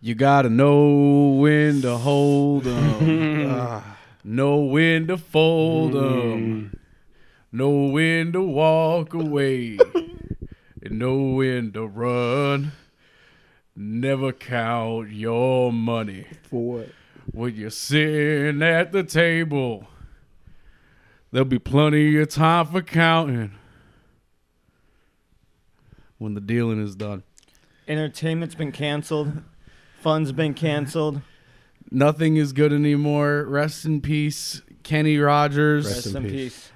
you gotta know when to hold them, know when to fold them, know when to walk away, and know when to run. Never count your money For what? when you're sitting at the table. There'll be plenty of time for counting when the dealing is done. Entertainment's been canceled. Fun's been canceled. Nothing is good anymore. Rest in peace, Kenny Rogers. Rest in peace.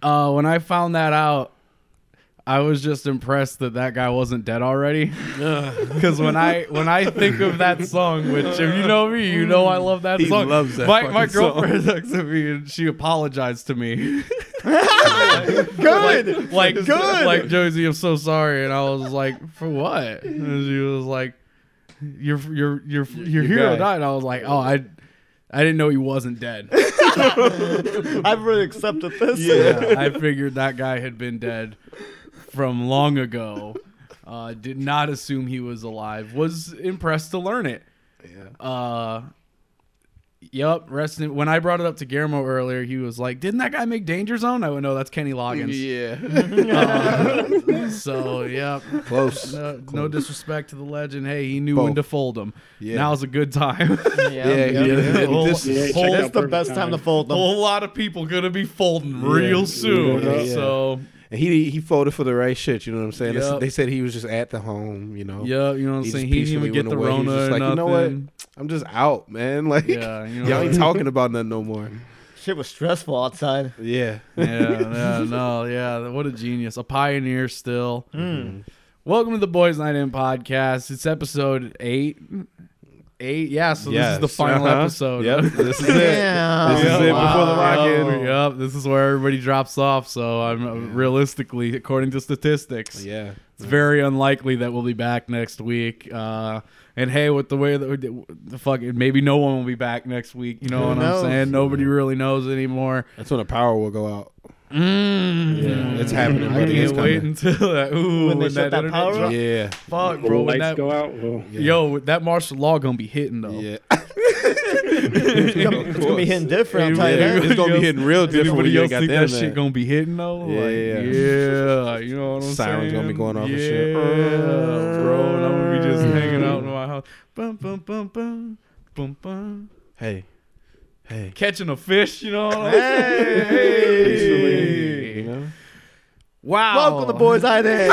Uh, when I found that out, I was just impressed that that guy wasn't dead already. Because when I when I think of that song, which if you know me, you know I love that He song. loves that my my fucking song. girlfriend looks at me and she apologized to me. Good. like like Josie, I'm so sorry, and I was like, for what? And she was like, your your your your hero guy. died. And I was like, oh, I I didn't know he wasn't dead. I've really accepted this. yeah, I figured that guy had been dead from long ago. Uh, did not assume he was alive. Was impressed to learn it. Yeah. Uh, yep. Rest in, when I brought it up to Guillermo earlier, he was like, "Didn't that guy make Danger Zone?" I went, "No, that's Kenny Loggins." Yeah. Uh, so yep. Close. No, no disrespect to the legend. Hey, he knew when Both. to fold them. Yeah. Now's a good time. Yeah. yeah, Whole- This is- whole- That's the best time to fold a them. lot of people gonna be folding real soon. Yeah. So And he he folded for the right shit. You know what I'm saying? That's- Yep. They said he was just at the home. You know. Yeah, you know what I'm Oh. He just saying? He didn't peacefully even get the went away. He was Rona just or like, you know what? nothing. I'm just out, man. Like, Yeah, you know y'all what ain't I- talking about nothing no more. Shit was stressful outside. Yeah. yeah, yeah, no, yeah. What a genius. A pioneer still. Mm. Welcome to the Boys Night In podcast. It's episode eight. Eight, yeah, so this is the Yes. final Uh-huh. episode. Yep. This is it. Yeah. This is it before the rock in. Yep, this is where everybody drops off. So I'm uh, realistically, according to statistics, Yeah. it's very unlikely that we'll be back next week. Uh, and hey, with the way that we did, the fucking maybe no one will be back next week. You know what knows? I'm saying? Nobody really knows anymore. That's when the power will go out. Mm. Yeah. It's happening. I buddy. It's can't wait coming. until that. Ooh, When when, they shut that, that internet power drop- up? Yeah. Fuck, When bro. the When lights that, go out. Well, Yo, that martial law gonna be hitting though. Yeah. It's gonna be hitting different. I'm telling you Yeah, that. it's gonna be hitting real different. when Anybody you else got think them that shit there. gonna be hitting though? Yeah, like, yeah. yeah. You know what I'm saying? Sirens gonna be going off yeah, and shit. bro. And I'm gonna be just hanging out in my house, bum bum bum bum bum bum, Hey. Hey. catching a fish. You know what I'm saying? Hey. You know? Wow. Welcome to Boys I Did.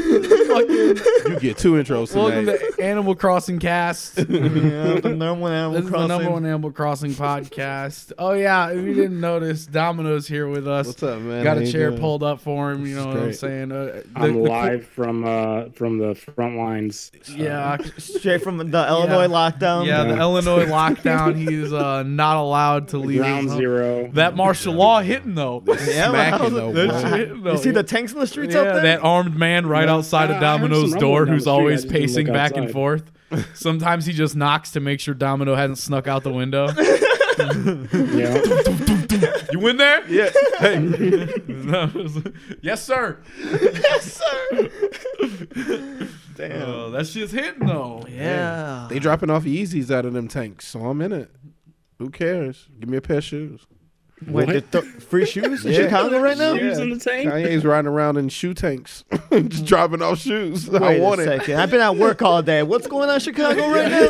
You get two intros Welcome tonight. to Animal Crossing Cast. yeah, the number one Animal This is the Crossing. number one Animal Crossing podcast. Oh yeah, if you didn't notice, Domino's here with us. What's up, man? Got How a you chair doing? pulled up for him. You know what I'm great. saying? Uh, the- I'm the- live from uh from the front lines. Yeah, Straight from the Illinois lockdown. yeah. The Yeah. Illinois lockdown. He's uh, not allowed to leave. Ground his home. zero. That martial law hitting though. Yeah, man, Smacking how's it- though, That boy. shit hitting, though. You see the tanks in the streets out yeah, there? that armed man right Yeah. outside of I- I heard some Domino's rumbling door, down the who's street. I always just didn't pacing look back and outside. forth. Sometimes he just knocks to make sure Domino hasn't snuck out the window. Yeah. you in there? Yeah. Hey. yes, sir. yes, sir. Damn. Oh, that shit's hitting though. yeah. They dropping off Yeezys out of them tanks, so I'm in it. Who cares? Give me a pair of shoes. Wait, What? the th- free shoes in Yeah. Chicago right now? Shoes in the tank. Kanye's riding around in shoe tanks, just dropping off shoes. I Wait a want it. second. I've been at work all day. What's going on in Chicago right now?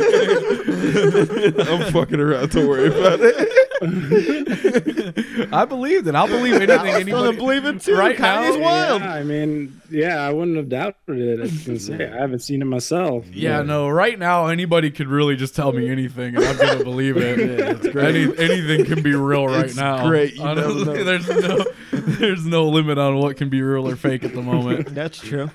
I'm fucking around. Don't worry about it. I believed it. I'll believe anything I'm gonna anybody. believe it too. Right Kanye's now? wild. Yeah, I mean, yeah, I wouldn't have doubted it. I was gonna say I haven't seen it myself. yeah, no. Right now, anybody could really just tell me anything, and I'm gonna believe it. Any, anything can be real right It's now. great. You never Honestly, know. there's no, there's no limit on what can be real or fake at the moment. That's true.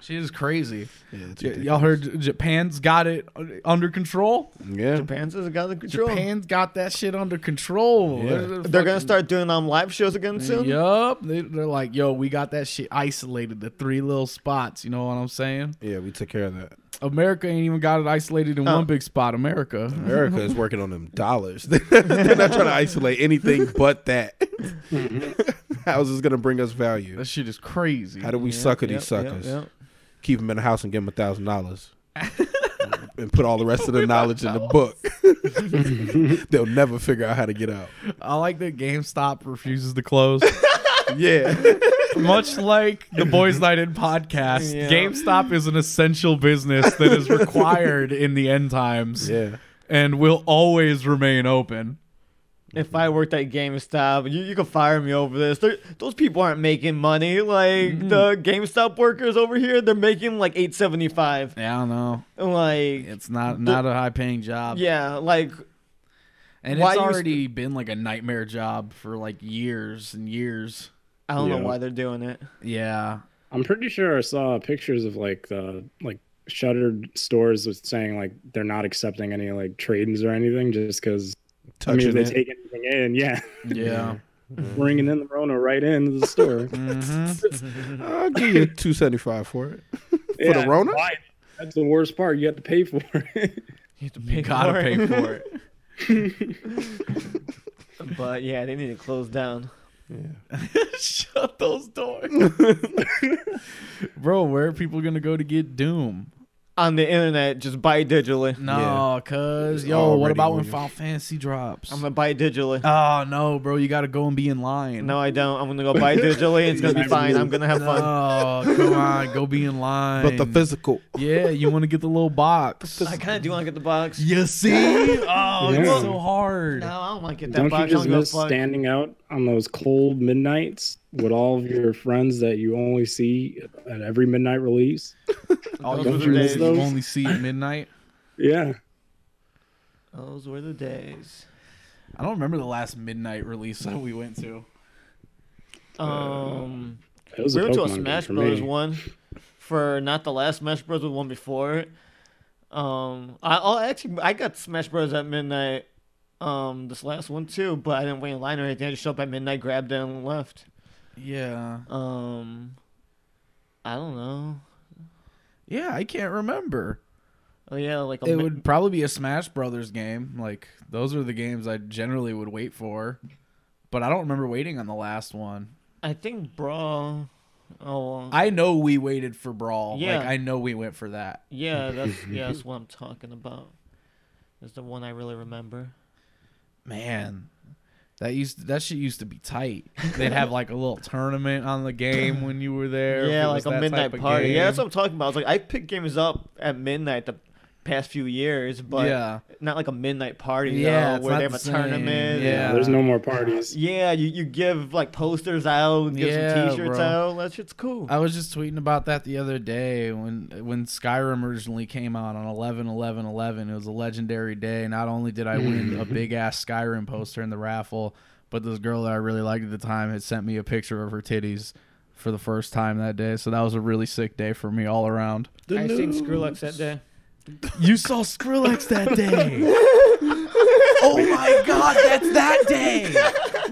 she is crazy. Yeah, it's Y- ridiculous. y'all heard Japan's got it uh, under control. yeah. Japan's has got the control. Japan's got that shit under control. Yeah. They're- They're gonna start doing um live shows again soon. Yup. They, they're like, yo, we got that shit isolated, the three little spots. You know what I'm saying? Yeah, we took care of that. America ain't even got it isolated in Oh. one big spot, America. America is working on them dollars. They're not trying to isolate anything but that. How's this going to bring us value? That shit is crazy. How do we suck at Yep, these suckers? yep, yep. keep him in the house and give him a thousand dollars, and put all the rest of the knowledge in the book. They'll never figure out how to get out. I like that GameStop refuses to close. Yeah, Much like the Boys Night In podcast, Yeah. GameStop is an essential business that is required in the end times yeah. and will always remain open. If I worked at GameStop, you, you could fire me over this. They're, those people aren't making money. Like the GameStop workers over here, they're making like eight seventy five. Yeah, I don't know. Like It's not not a high paying job. yeah, like and why it's you st- already been like a nightmare job for like years and years. I don't Yeah. know why they're doing it. Yeah. I'm pretty sure I saw pictures of like the like shuttered stores was saying like they're not accepting any like trade-ins or anything just because I mean Touching if they it. Mm-hmm. take anything in, yeah, Yeah. bringing in the Rona right into the store Mm-hmm. I'll give you two seventy five for it. for the Rona? That's the worst part. You have to pay for it. You have to You gotta pay for it. but yeah, they need to close down. Shut those doors. Bro, where are people gonna go to get Doom? On the internet, just buy digitally. No, cuz, It's yo, what already about when moving. Final Fantasy drops? I'm gonna buy digitally. oh, no, bro, you gotta go and be in line. No, I don't. I'm gonna go buy digitally. It's gonna be fine. I'm gonna have fun. No, come on, go be in line. But the physical. yeah, you wanna get the little box. I kind of do want to get the box. you see? Oh, Yeah. it's so hard. No, I don't want to get that Don't you box. just I'm gonna miss fuck- standing out on those cold midnights with all of your friends that you only see at every midnight release? All Those you were the do is days. you only see at midnight. Yeah. Those were the days. I don't remember the last midnight release that we went to. Um, It was we a went to a Uh, Pokemon game Smash for Brothers me. one for not the last Smash Bros. but one before it. Um, I oh, actually I got Smash Bros. at midnight. Um, this last one too, but I didn't wait in line or anything. I just showed up at midnight, grabbed it, and left. Yeah. Um, I don't know. Yeah, I can't remember. Oh yeah, like a It mi- would probably be a Smash Brothers game. Like those are the games I generally would wait for, but I don't remember waiting on the last one. I think Brawl. Oh I know we waited for Brawl. Yeah. Like I know we went for that. yeah, that's yeah, that's what I'm talking about. That's the one I really remember. Man, that used that shit used to be tight. They'd have like a little tournament on the game when you were there. if Yeah, it like was a that type midnight of party. game. Yeah, that's what I'm talking about. I was like, I picked games up at midnight the past few years, but Yeah. not like a midnight party. Yeah, Yeah, it's where they not have a the tournament. same. Yeah. There's no more parties. Yeah, you, you give like posters out, give Yeah, some T-shirts bro. Uh, out. That shit's cool. I was just tweeting about that the other day when when Skyrim originally came out on 11 11 11. It was a legendary day. Not only did I win a big ass Skyrim poster in the raffle, but this girl that I really liked at the time had sent me a picture of her titties for the first time that day. So that was a really sick day for me all around. I seen Skrillex that day. You saw Skrillex that day. oh my god, that's that day.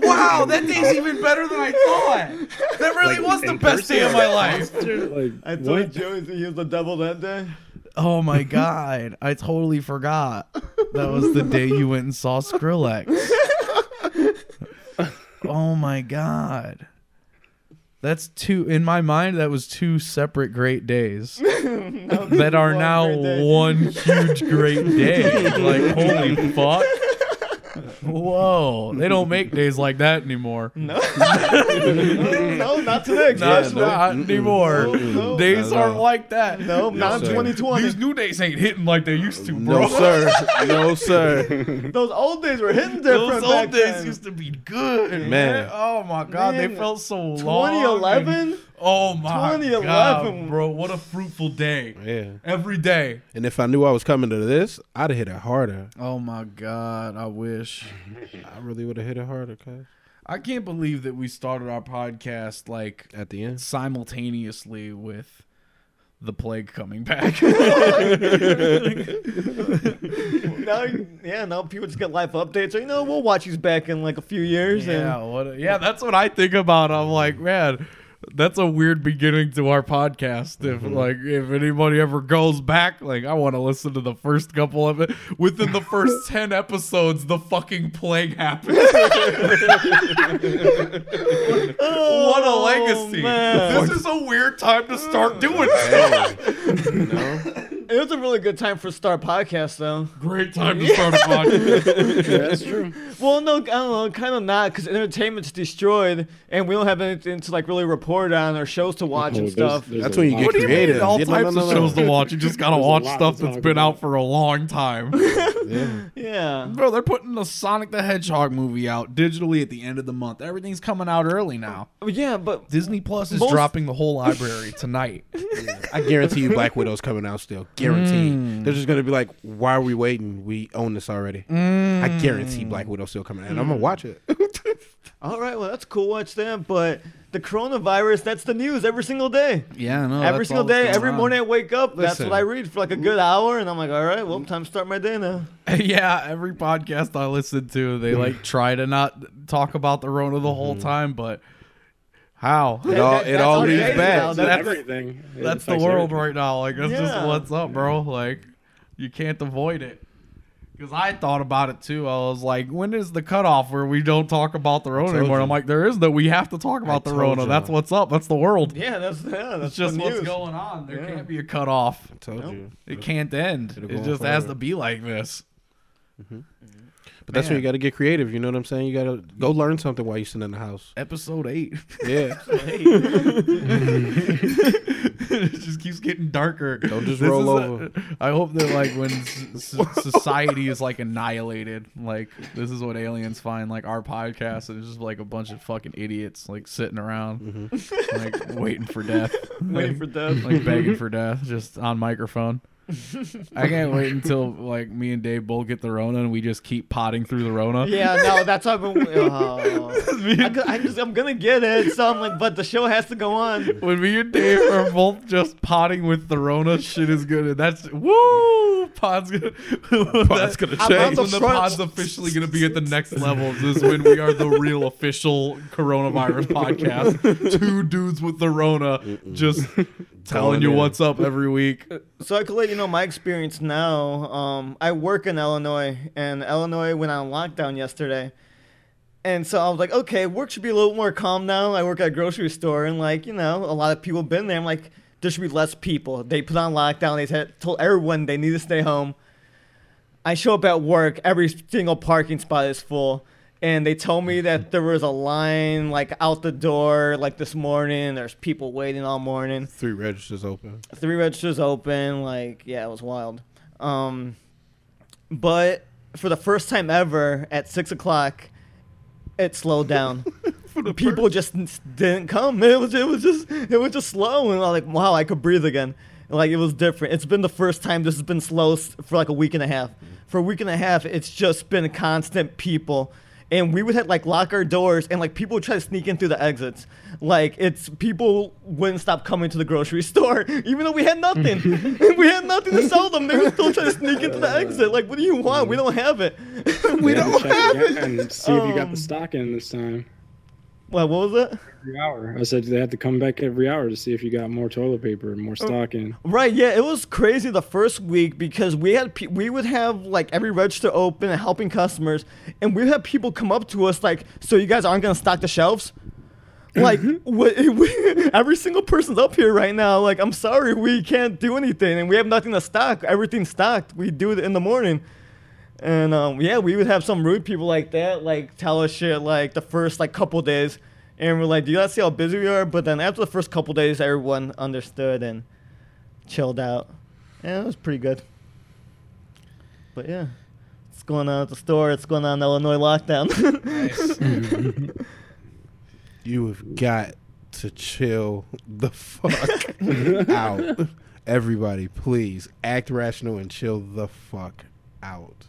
Wow, that day's even better than I thought. That really was the best day of my life. Like, I told what? Joey that he was the devil that day. Oh my god, I totally forgot. That was the day you went and saw Skrillex. oh my god. That's two in my mind that was two separate great days that are one now great day. one huge great day. like holy fuck. Whoa, they don't make days like that anymore. No, no, not today. Not, Not, not anymore. no. Days Not at aren't all. like that. no, not sir. 2020. These new days ain't hitting like they used to, bro. No sir, no sir. Those old days were hitting different. Those old back days then. used to be good, man. Man. Oh my god, they Man, felt so long. 2011. and- Oh my 2011. 2011. bro, what a fruitful day. Yeah. Every day. And if I knew I was coming to this, I'd have hit it harder. Oh my god, I wish. I really would have hit it harder, cuz. I can't believe that we started our podcast like At the end. simultaneously with the plague coming back. now, yeah, now people just get live updates. Or, you know, we'll watch these back in like a few years. yeah, what a- yeah, that's what I think about. I'm like, man, That's a weird beginning to our podcast. If like if anybody ever goes back, like I want to listen to the first couple of it. Within the first ten episodes, the fucking plague happened. what a legacy! Oh, man. This is a weird time to start doing stuff. You know? It was a really good time for Star Podcast, though. Great time to start a podcast. that's true. Well, no, I don't know, kind of not, because entertainment's destroyed, and we don't have anything to like really report on or shows to watch Oh, and there's- stuff. there's That's a when you lot. get What do you mean? creative. All Yeah, no, types no, of no, no. shows to watch. You just gotta There's a watch lot stuff to that's talk been about. out for a long time. Yeah. Yeah. Bro, they're putting the Sonic the Hedgehog movie out digitally at the end of the month. Everything's coming out early now. Well, Yeah, but Disney Plus is Most- dropping the whole library tonight. I guarantee you, Black Widow's coming out still. Guarantee. They're just gonna be like, "Why are we waiting? We own this already." I guarantee Black Widow's still coming out. and I'm gonna watch it. all right, well, that's cool. Watch that. But the coronavirus, that's the news every single day. yeah, no. every single day, every morning I wake up, that's Listen. what I read for like a good hour, and I'm like, all right, well, time to start my day now. yeah, every podcast I listen to, they like try to not talk about the Rona the Mm-hmm. whole time, but how? It all that- it that's all all it leads is now. back. That- That's- everything. It That's the affects world everything. right now. Like that's just Yeah. what's up, bro. Like you can't avoid it. Because I thought about it too. I was like, when is the cutoff where we don't talk about the Rona told anymore? And you. I'm like, there is no. We have to talk about the told Rona. you. That's what's up. That's the world. Yeah, that's yeah, that's It's just the what's news. going on. There Yeah. can't be a cutoff. Told you. It can't end. It'll go It on just has forever. to be like this. But that's when Man. you got to get creative. You know what I'm saying? You got to go learn something while you sitting in the house. Episode eight. Yeah. it just keeps getting darker. Don't just roll over. I hope that like when s- s- society is like annihilated, like this is what aliens find. Like our podcast is just like a bunch of fucking idiots like sitting around, like waiting for death, Waiting for death. like begging for death, just on microphone. I can't wait until like me and Dave both get the Rona and we just keep potting through the Rona. Yeah, no, that's what I've been. Oh. I, Me- gu- I just, I'm gonna get it. So I'm like, but the show has to go on. When me and Dave are both just potting with the Rona, shit is good. That's woo. Pod's gonna pod's gonna that's change. When the pod's officially gonna be at the next level. This is when we are the real official coronavirus podcast. Two dudes with the Rona, just telling Going you in. what's up every week. So I could let you know my experience now. Um, I work in Illinois, and Illinois went on lockdown yesterday. And so I was like, okay, work should be a little more calm now. I work at a grocery store, and like, you know, a lot of people been there. I'm like, there should be less people. They put on lockdown. They said, told everyone they need to stay home. I show up at work, every single parking spot is full. And they told me that there was a line like out the door like this morning. There's people waiting all morning Three registers open. three registers open. Like, yeah, it was wild. Um, but for the first time ever, at six o'clock, it slowed down. People just n- didn't come. It was it was just it was just slow, and I was like, wow, I could breathe again. Like it was different. It's been the first time this has been slow s- for like a week and a half. For a week and a half, it's just been constant people. And we would have like lock our doors and like people would try to sneak in through the exits. Like it's people wouldn't stop coming to the grocery store, even though we had nothing. we had nothing to sell them. They were still trying to sneak into the exit. Like, what do you want? We don't have it. we You don't have to check have it. again and see if you Um, got the stock in this time. What, what was it? Every hour, I said they had to come back every hour to see if you got more toilet paper and Oh, more stock in. Right, yeah, it was crazy the first week because we had pe- we would have like every register open and helping customers, and we had people come up to us like, "So you guys aren't gonna stock the shelves?" Like, what, every single person's up here right now. Like, I'm sorry, we can't do anything, and we have nothing to stock. Everything's stocked. We do it in the morning, and um, yeah, we would have some rude people like that, like tell us shit like the first like couple days, and we're like, "Do you not see how busy we are?" But then after the first couple days, everyone understood and chilled out. Yeah, it was pretty good. But yeah, it's going on at the store. It's going on in Illinois lockdown. You have got to chill the fuck out. Everybody, please act rational and chill the fuck out.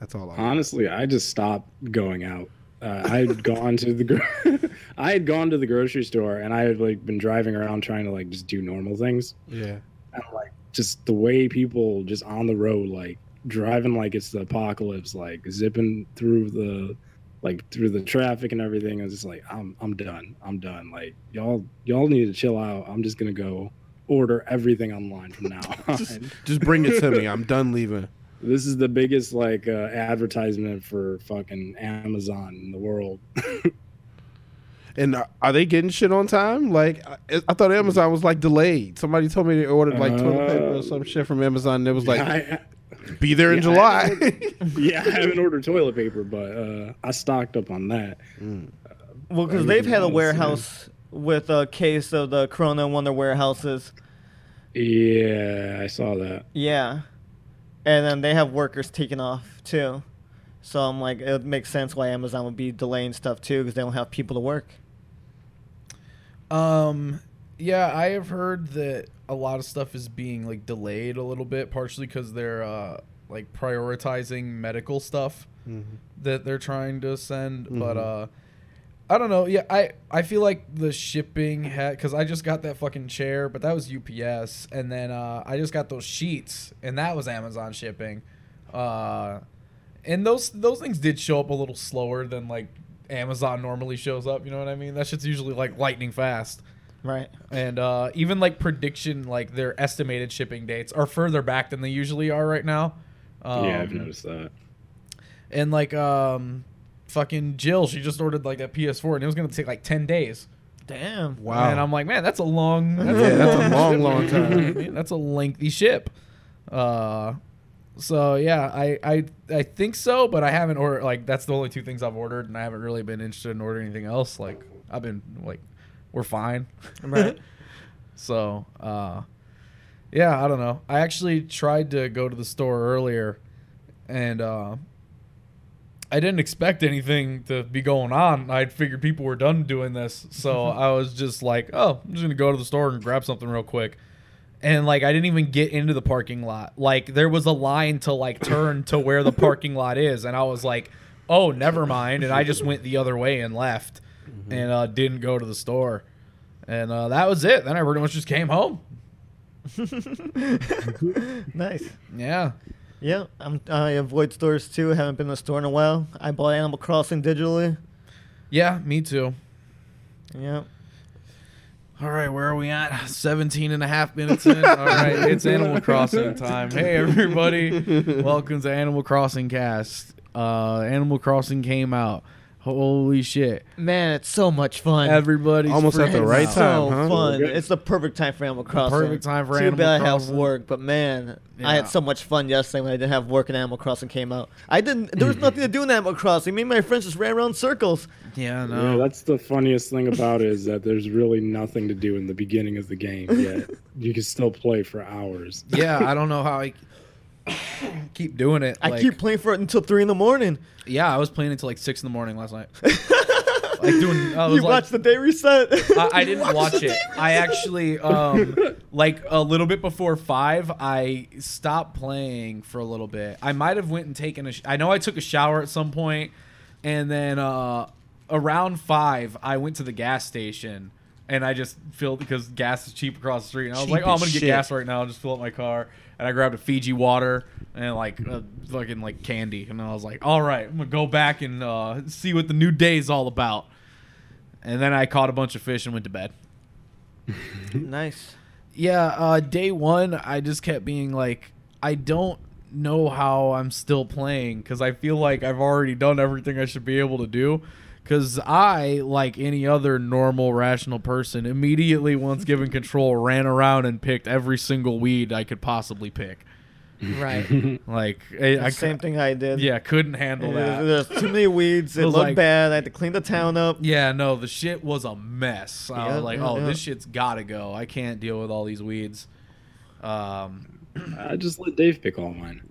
That's all I want. Honestly, I just stopped going out. Uh, I had gone to the gro- I had gone to the grocery store and I had like been driving around trying to like just do normal things. Yeah. And like just the way people just on the road like driving like it's the apocalypse, like zipping through the like through the traffic and everything. I was just like, I'm I'm done. I'm done. Like y'all y'all need to chill out. I'm just gonna go order everything online from now on. Just, just bring it to me. I'm done leaving. this is the biggest like uh, advertisement for fucking Amazon in the world. And are- are they getting shit on time? Like I, I thought Amazon was like delayed. Somebody told me they ordered like toilet paper or some shit from Amazon. And it was like Uh, I, be there in Yeah, I- July. yeah, I haven't ordered toilet paper, but uh, I stocked up on that. Well, because Right, they've had a yeah, warehouse with a case of the corona in one of their warehouses. Yeah, I saw that. Yeah. And then they have workers taking off too. So I'm like, it makes sense why Amazon would be delaying stuff too because they don't have people to work. Um, yeah, I have heard that a lot of stuff is being like delayed a little bit, partially because they're uh, like prioritizing medical stuff that they're trying to send. But uh, I don't know. Yeah, I I feel like the shipping had because I just got that fucking chair, but that was UPS, and then uh, I just got those sheets, and that was Amazon shipping. Uh, and those those things did show up a little slower than like Amazon normally shows up. You know what I mean? That shit's usually like lightning fast. Right. And uh, even like prediction, like their estimated shipping dates are further back than they usually are right now. Um, yeah, I've noticed that. And like um, fucking Jill, she just ordered like that PS4, and it was gonna take like ten days. Damn. wow. And I'm like, man, that's a long. That's yeah, that's a long, ship. long time. I mean, that's a lengthy ship. Uh, so yeah, I, I I think so, but I haven't ordered. Like that's the only two things I've ordered, and I haven't really been interested in ordering anything else. Like I've been like, we're fine. Right. So, uh, yeah, I don't know. I actually tried to go to the store earlier, and uh, I didn't expect anything to be going on. I figured people were done doing this, so I was just like, "Oh, I'm just gonna go to the store and grab something real quick." And like, I didn't even get into the parking lot. Like, there was a line to like turn to where the parking lot is, and I was like, "Oh, never mind." And I just went the other way and left, and uh, didn't go to the store. And uh, that was it. Then I pretty much just came home. nice. Yeah. Yeah, I'm, I avoid stores too. Haven't been in a store in a while. I bought Animal Crossing digitally. Yeah, me too. Yeah. All right, where are we at? 17 and a half minutes in. All right, it's Animal Crossing time. Hey, everybody. Welcome to Animal Crossing Cast. Uh, Animal Crossing came out. Holy shit. Man, it's so much fun. Everybody's Almost at the freaking right out. so time. huh? fun. Yeah. It's the perfect time for Animal Crossing. perfect time for Too Animal bad I Crossing. have work, but man, I Yeah. had so much fun yesterday when I didn't have work and Animal Crossing came out. I didn't. There was nothing to do in Animal Crossing. Me and my friends just ran around in circles. Yeah, Yeah, no. that's the funniest thing about it is that there's really nothing to do in the beginning of the game yet. you can still play for hours. Yeah, I don't know how I keep doing it. I like- keep playing for it until three in the morning. Yeah, I was playing until like 6 in the morning last night. like doing. I was You like, watched the day reset. I, I didn't watch it. I actually, um, like a little bit before five, I stopped playing for a little bit. I might have went and taken a. Sh- I know I took a shower at some point, and then uh, around five, I went to the gas station. And I just filled because gas is cheap across the street. And I was Cheap like, oh, I'm as going to get shit. gas right now. I'll just fill up my car. And I grabbed a Fiji water and like a fucking like candy. And I was like, all right, I'm going to go back and uh, see what the new day is all about. And then I caught a bunch of fish and went to bed. nice. Yeah, uh, day one, I just kept being like, I don't know how I'm still playing because I feel like I've already done everything I should be able to do. Because I, like any other normal, rational person, immediately, once given control, ran around and picked every single weed I could possibly pick. Right. Like, I, I, the same thing I did. cou- yeah, couldn't handle that. There's too many weeds. It was looked like- bad. I had to clean the town up. Yeah, no, the shit was a mess. I Yeah, was like, yeah, oh, yeah. this shit's gotta go. I can't deal with all these weeds. Um, I just let Dave pick all mine.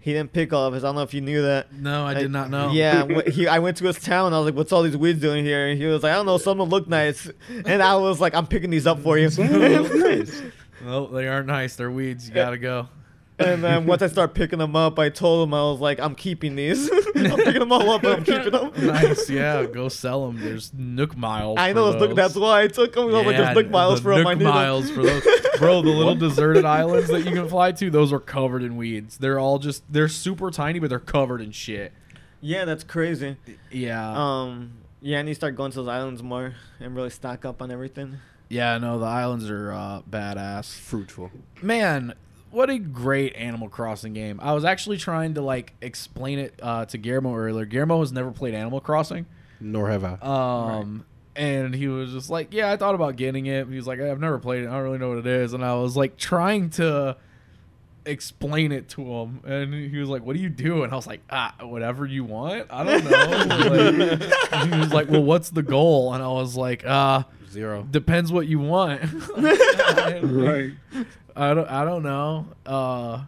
He didn't pick all of us. I don't know if you knew that. no, I did not know. Yeah, wh- he, I went to his town. I was like, "What's all these weeds doing here?" And he was like, "I don't know. Some of them look nice." And I was like, "I'm picking these up for you." nice. No, they aren't nice. They're weeds. You gotta go. And then once I start picking them up, I told him I was like, "I'm keeping these. I'm picking them all up, but I'm keeping them." Nice, yeah. Go sell them. There's Nook Miles. I for know. it's Nook, those. that's why I took them. I was like, "There's Nook miles the for 'em, Nook I knew them." miles for those, bro. The little deserted islands that you can fly to, those are covered in weeds. They're all just they're super tiny, but they're covered in shit. Yeah, that's crazy. Yeah. Um, yeah, I need to start going to those islands more and really stock up on everything. yeah, no, the islands are uh, badass. Fruitful. man what a great animal crossing game i was actually trying to like explain it uh, to guillermo earlier guillermo has never played animal crossing Nor have I. um and he was just like yeah i thought about getting it he was like i've never played it i don't really know what it is and i was like trying to explain it to him and he was like what do you do and i was like ah whatever you want i don't know Like, he was like well what's the goal and i was like uh Zero. depends what you want Right. I don't I don't know. Uh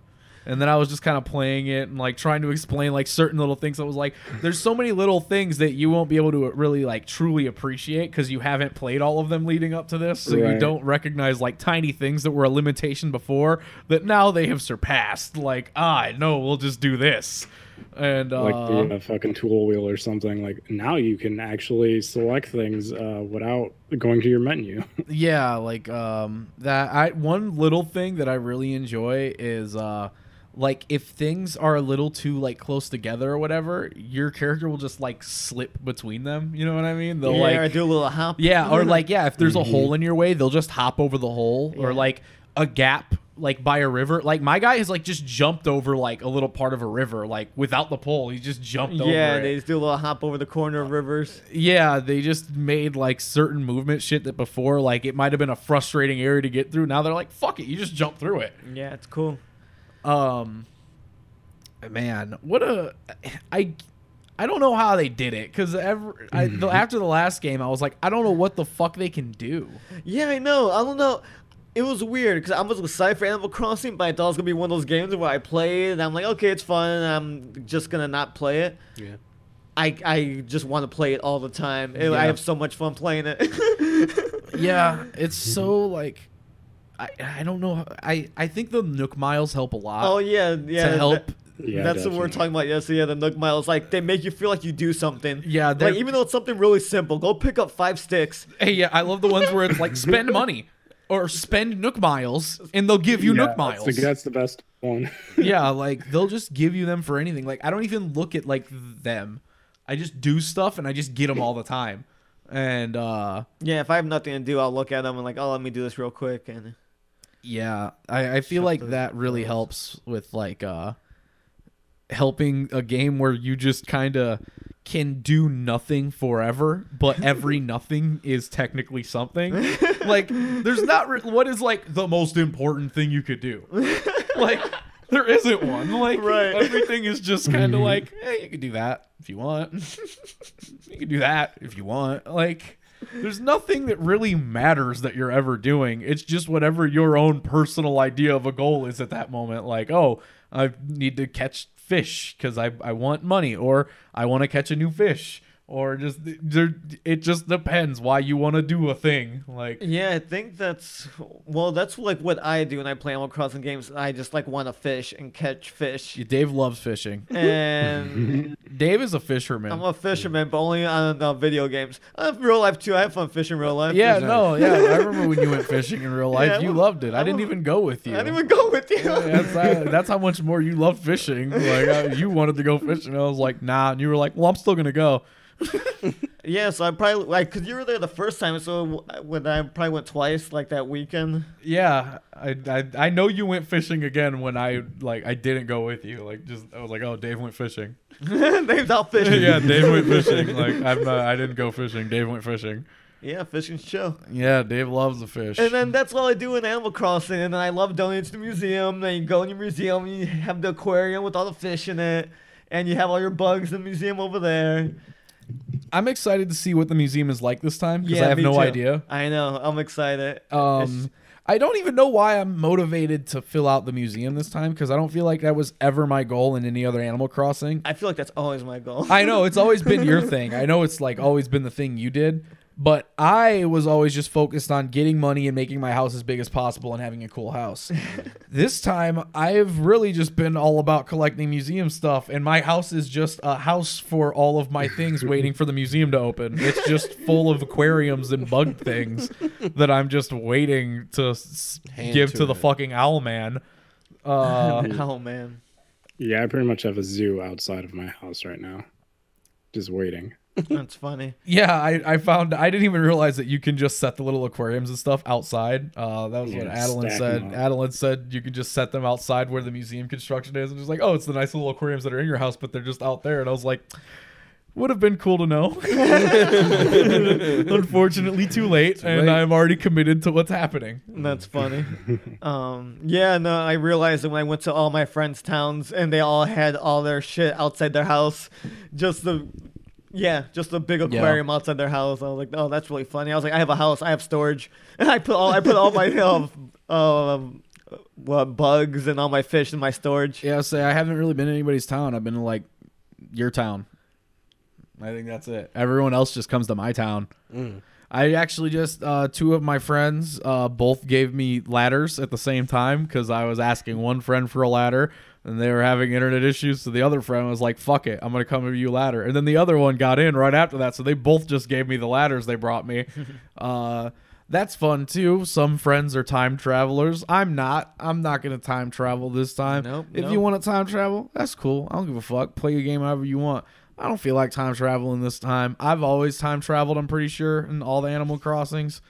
and then I was just kind of playing it and like trying to explain like certain little things. I was like, there's so many little things that you won't be able to really like truly appreciate because you haven't played all of them leading up to this. So you Right. don't recognize like tiny things that were a limitation before that now they have surpassed. Like, ah, no, we'll just do this. And uh, like the uh, fucking tool wheel or something. Like now you can actually select things uh, without going to your menu. yeah like um that i one little thing that i really enjoy is uh like if things are a little too like close together or whatever your character will just like slip between them you know what i mean they'll yeah, like or do a little hop. yeah, or like yeah, if there's a hole in your way, they'll just hop over the hole or Yeah. like a gap like by a river. Like my guy has like just jumped over like a little part of a river like without the pole. He just jumped yeah, over they it. just do a little hop over the corner of rivers. yeah, they just made like certain movement shit that before like it might have been a frustrating area to get through. Now they're like fuck it, you just jump through it. Yeah, it's cool. Um, man, what a I I don't know how they did it because ever I, Mm-hmm. the, after the last game, I was like, I don't know what the fuck they can do. Yeah, I know. I don't know. It was weird because I was excited for Animal Crossing, but I thought it was gonna be one of those games where I play it and I'm like, okay, it's fun. And I'm just gonna not play it. Yeah. I I just want to play it all the time. It- Yeah. Uh, I have so much fun playing it. yeah, it's so like I I don't know. I I think the Nook Miles help a lot oh yeah, yeah. to help. that- Yeah, that's what we're definitely. talking about. Yes, yeah. The Nook Miles, like they make you feel like you do something. Yeah, they're- like even though it's something really simple, go pick up five sticks. hey, yeah, I love the ones where it's like spend money or spend Nook Miles and they'll give you Yeah, Nook Miles. That's the, that's the best one. yeah, like they'll just give you them for anything. Like I don't even look at like them. I just do stuff and I just get them all the time. And uh Yeah, if I have nothing to do, I'll look at them and like, oh, let me do this real quick. And Yeah, I, I feel like that really helps with like uh helping a game where you just kind of can do nothing forever, but every nothing is technically something. Like, there's not re- what is like the most important thing you could do. Like, there isn't one. Like, Right. everything is just kind of like, hey, you could do that if you want. you could do that if you want. Like, there's nothing that really matters that you're ever doing. It's just whatever your own personal idea of a goal is at that moment. Like, oh, I need to catch fish because I, I want money, or I want to catch a new fish, or just there. It just depends why you want to do a thing. Like, Yeah, I think that's well. That's like what I do when I play Animal Crossing games. I just like want to fish and catch fish, Dave loves fishing. and Dave is a fisherman. I'm a fisherman, but only on uh, video games. I have real life too. I have fun fishing real life. yeah, no, yeah. I remember when you went fishing in real life. Yeah, you well, loved it. I, I didn't love- even go with you. I didn't even go with you. that's, uh, that's how much more you love fishing. Like I, you wanted to go fishing, I was like, nah, and you were like, well, I'm still gonna go. yeah, so I probably like because you were there the first time, so w- when I probably went twice, like that weekend. Yeah, I, I I know you went fishing again when I like I didn't go with you. Like just I was like, oh, Dave went fishing. They've out fishing. yeah, Dave went fishing. Like I'm not, I didn't go fishing. Dave went fishing. yeah, fishing's chill. Yeah, Dave loves the fish. And then that's all I do in Animal Crossing, and then I love donating to the museum. Then you go in your museum, and you have the aquarium with all the fish in it, and you have all your bugs in the museum over there. I'm excited to see what the museum is like this time because I have me no too. idea. I know. I'm excited. Um, I don't even know why I'm motivated to fill out the museum this time because I don't feel like that was ever my goal in any other Animal Crossing. I feel like that's always my goal. I know it's always been your thing. I know it's like always been the thing you did, but I was always just focused on getting money and making my house as big as possible and having a cool house. this time, I've really just been all about collecting museum stuff, and my house is just a house for all of my things waiting for the museum to open. It's just full of aquariums and bug things that I'm just waiting to s- Hand give to, to the it. fucking owl man. Uh, oh man. yeah, I pretty much have a zoo outside of my house right now. just waiting. That's funny. Yeah, I, I found I didn't even realize that you can just set the little aquariums and stuff outside. Uh, that was what Yeah, Adeline stack said. them up. Adeline said you can just set them outside where the museum construction is, and just like, oh, it's the nice little aquariums that are in your house, but they're just out there. And I was like, would have been cool to know. Unfortunately, too late, and late. I'm already committed to what's happening. That's funny. um, yeah, no, I realized that when I went to all my friends' towns and they all had all their shit outside their house, just the. Yeah, just a big aquarium outside their house. I was like, "Oh, that's really funny." I was like, "I have a house. I have storage, and I put all I put all my um, um, what bugs and all my fish in my storage." Yeah, say I haven't really been in anybody's town. I've been to like your town. I think that's it. Everyone else just comes to my town. I actually just uh, two of my friends uh, both gave me ladders at the same time because I was asking one friend for a ladder and they were having internet issues. So the other friend was like, "Fuck it, I'm gonna come give you a ladder." And then the other one got in right after that, so they both just gave me the ladders they brought me. uh, that's fun too. Some friends are time travelers. I'm not. I'm not gonna time travel this time. Nope, if nope. you want to time travel, that's cool. I don't give a fuck. Play your game however you want. I don't feel like time traveling this time. I've always time traveled, I'm pretty sure, in all the Animal Crossings.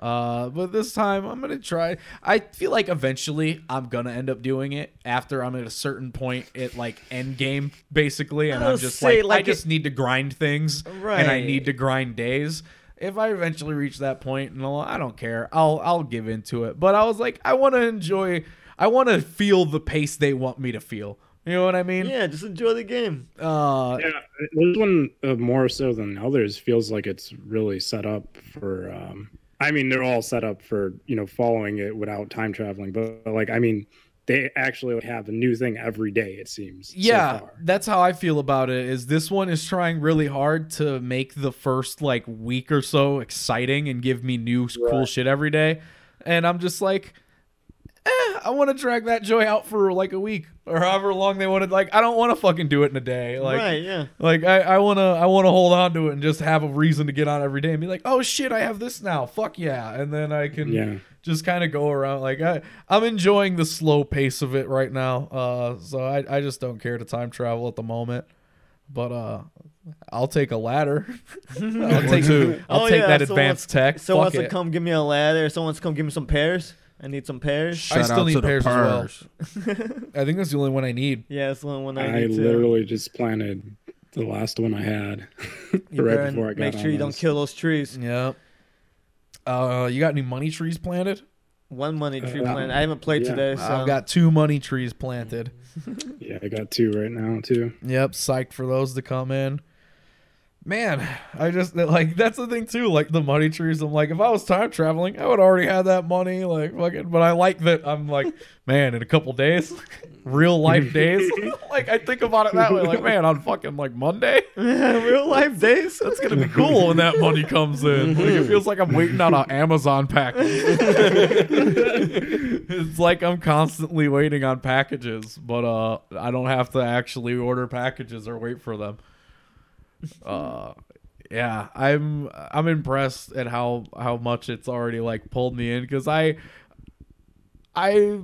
Uh, but this time I'm gonna try. I feel like eventually I'm gonna end up doing it after I'm at a certain point at like end game basically, and I'll I'm just say, like, I like, just need to grind things, and I Right. need to grind days. If I eventually reach that point, and all, I don't care, I'll I'll give into it. But I was like, I want to enjoy. I want to feel the pace they want me to feel. You know what I mean? Yeah, just enjoy the game. Uh, Yeah, this one uh, more so than others feels like it's really set up for. Um, I mean, they're all set up for you know following it without time traveling, but, but, like I mean, they actually have a new thing every day. It seems. so yeah far. that's how i feel about it is this one is trying really hard to make the first like week or so exciting and give me new s- cool shit every day and i'm just like eh, i want to drag that joy out for like a week or however long they wanted like i don't want to fucking do it in a day like right? Yeah. Like I, I wanna I wanna hold on to it and just have a reason to get on every day and be like, oh shit, I have this now. Fuck yeah. And then I can Yeah. just kind of go around like I I'm enjoying the slow pace of it right now. Uh so I, I just don't care to time travel at the moment. But uh I'll take a ladder. I'll take I'll Oh, take yeah, that someone advanced wants- tech. Someone Fuck wants to it. come give me a ladder. Someone wants to come give me some pears. I need some pears. I Shout still out need to the pears as well. purrs. I think that's the only one I need. Yeah, that's the only one I, I need literally just planted the last one I had to. right Burn. before I got Make sure on you don't this. kill those trees. Yeah. Uh you got any money trees planted? One money tree Uh, plant. I haven't played yeah. today, so I've got two money trees planted. Yeah, I got two right now too. Yep, psyched for those to come in. Man, I just like that's the thing too. Like the money trees, I'm like, if I was time traveling, I would already have that money. Like fucking, but I like that. I'm like, man, in a couple days, real life days. like I think about it that way. Like man, on fucking like Monday, real life days. Mm-hmm. that's gonna be cool when that money comes in. Like, it feels like I'm waiting on an Amazon package. it's like I'm constantly waiting on packages, but uh, I don't have to actually order packages or wait for them. Uh, yeah, I'm I'm impressed at how how much it's already like pulled me in because I I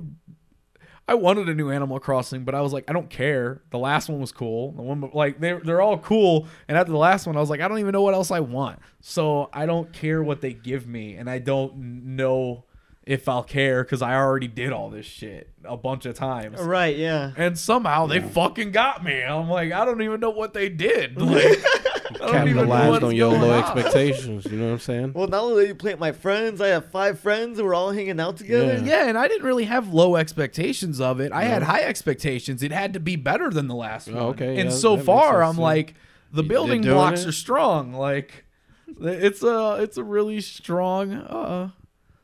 I wanted a new Animal Crossing, but I was like, I don't care. The last one was cool. The one like they they're all cool, and after the last one, I was like, I don't even know what else I want. So I don't care what they give me, and I don't know if I'll care because I already did all this shit a bunch of times. Right? Yeah. And somehow they fucking got me. I'm like, I don't even know what they did. Like, I don't even know Capitalized what's on your going low on. expectations. You know what I'm saying? Well, not only do you plant my friends, I have five friends. and We're all hanging out together. Yeah. Yeah, and I didn't really have low expectations of it. I had high expectations. It had to be better than the last one. Oh, okay, And yeah, so that makes far, sense, I'm yeah. like, the You- building they're doing blocks it? are strong. Like, it's a it's a really strong uh,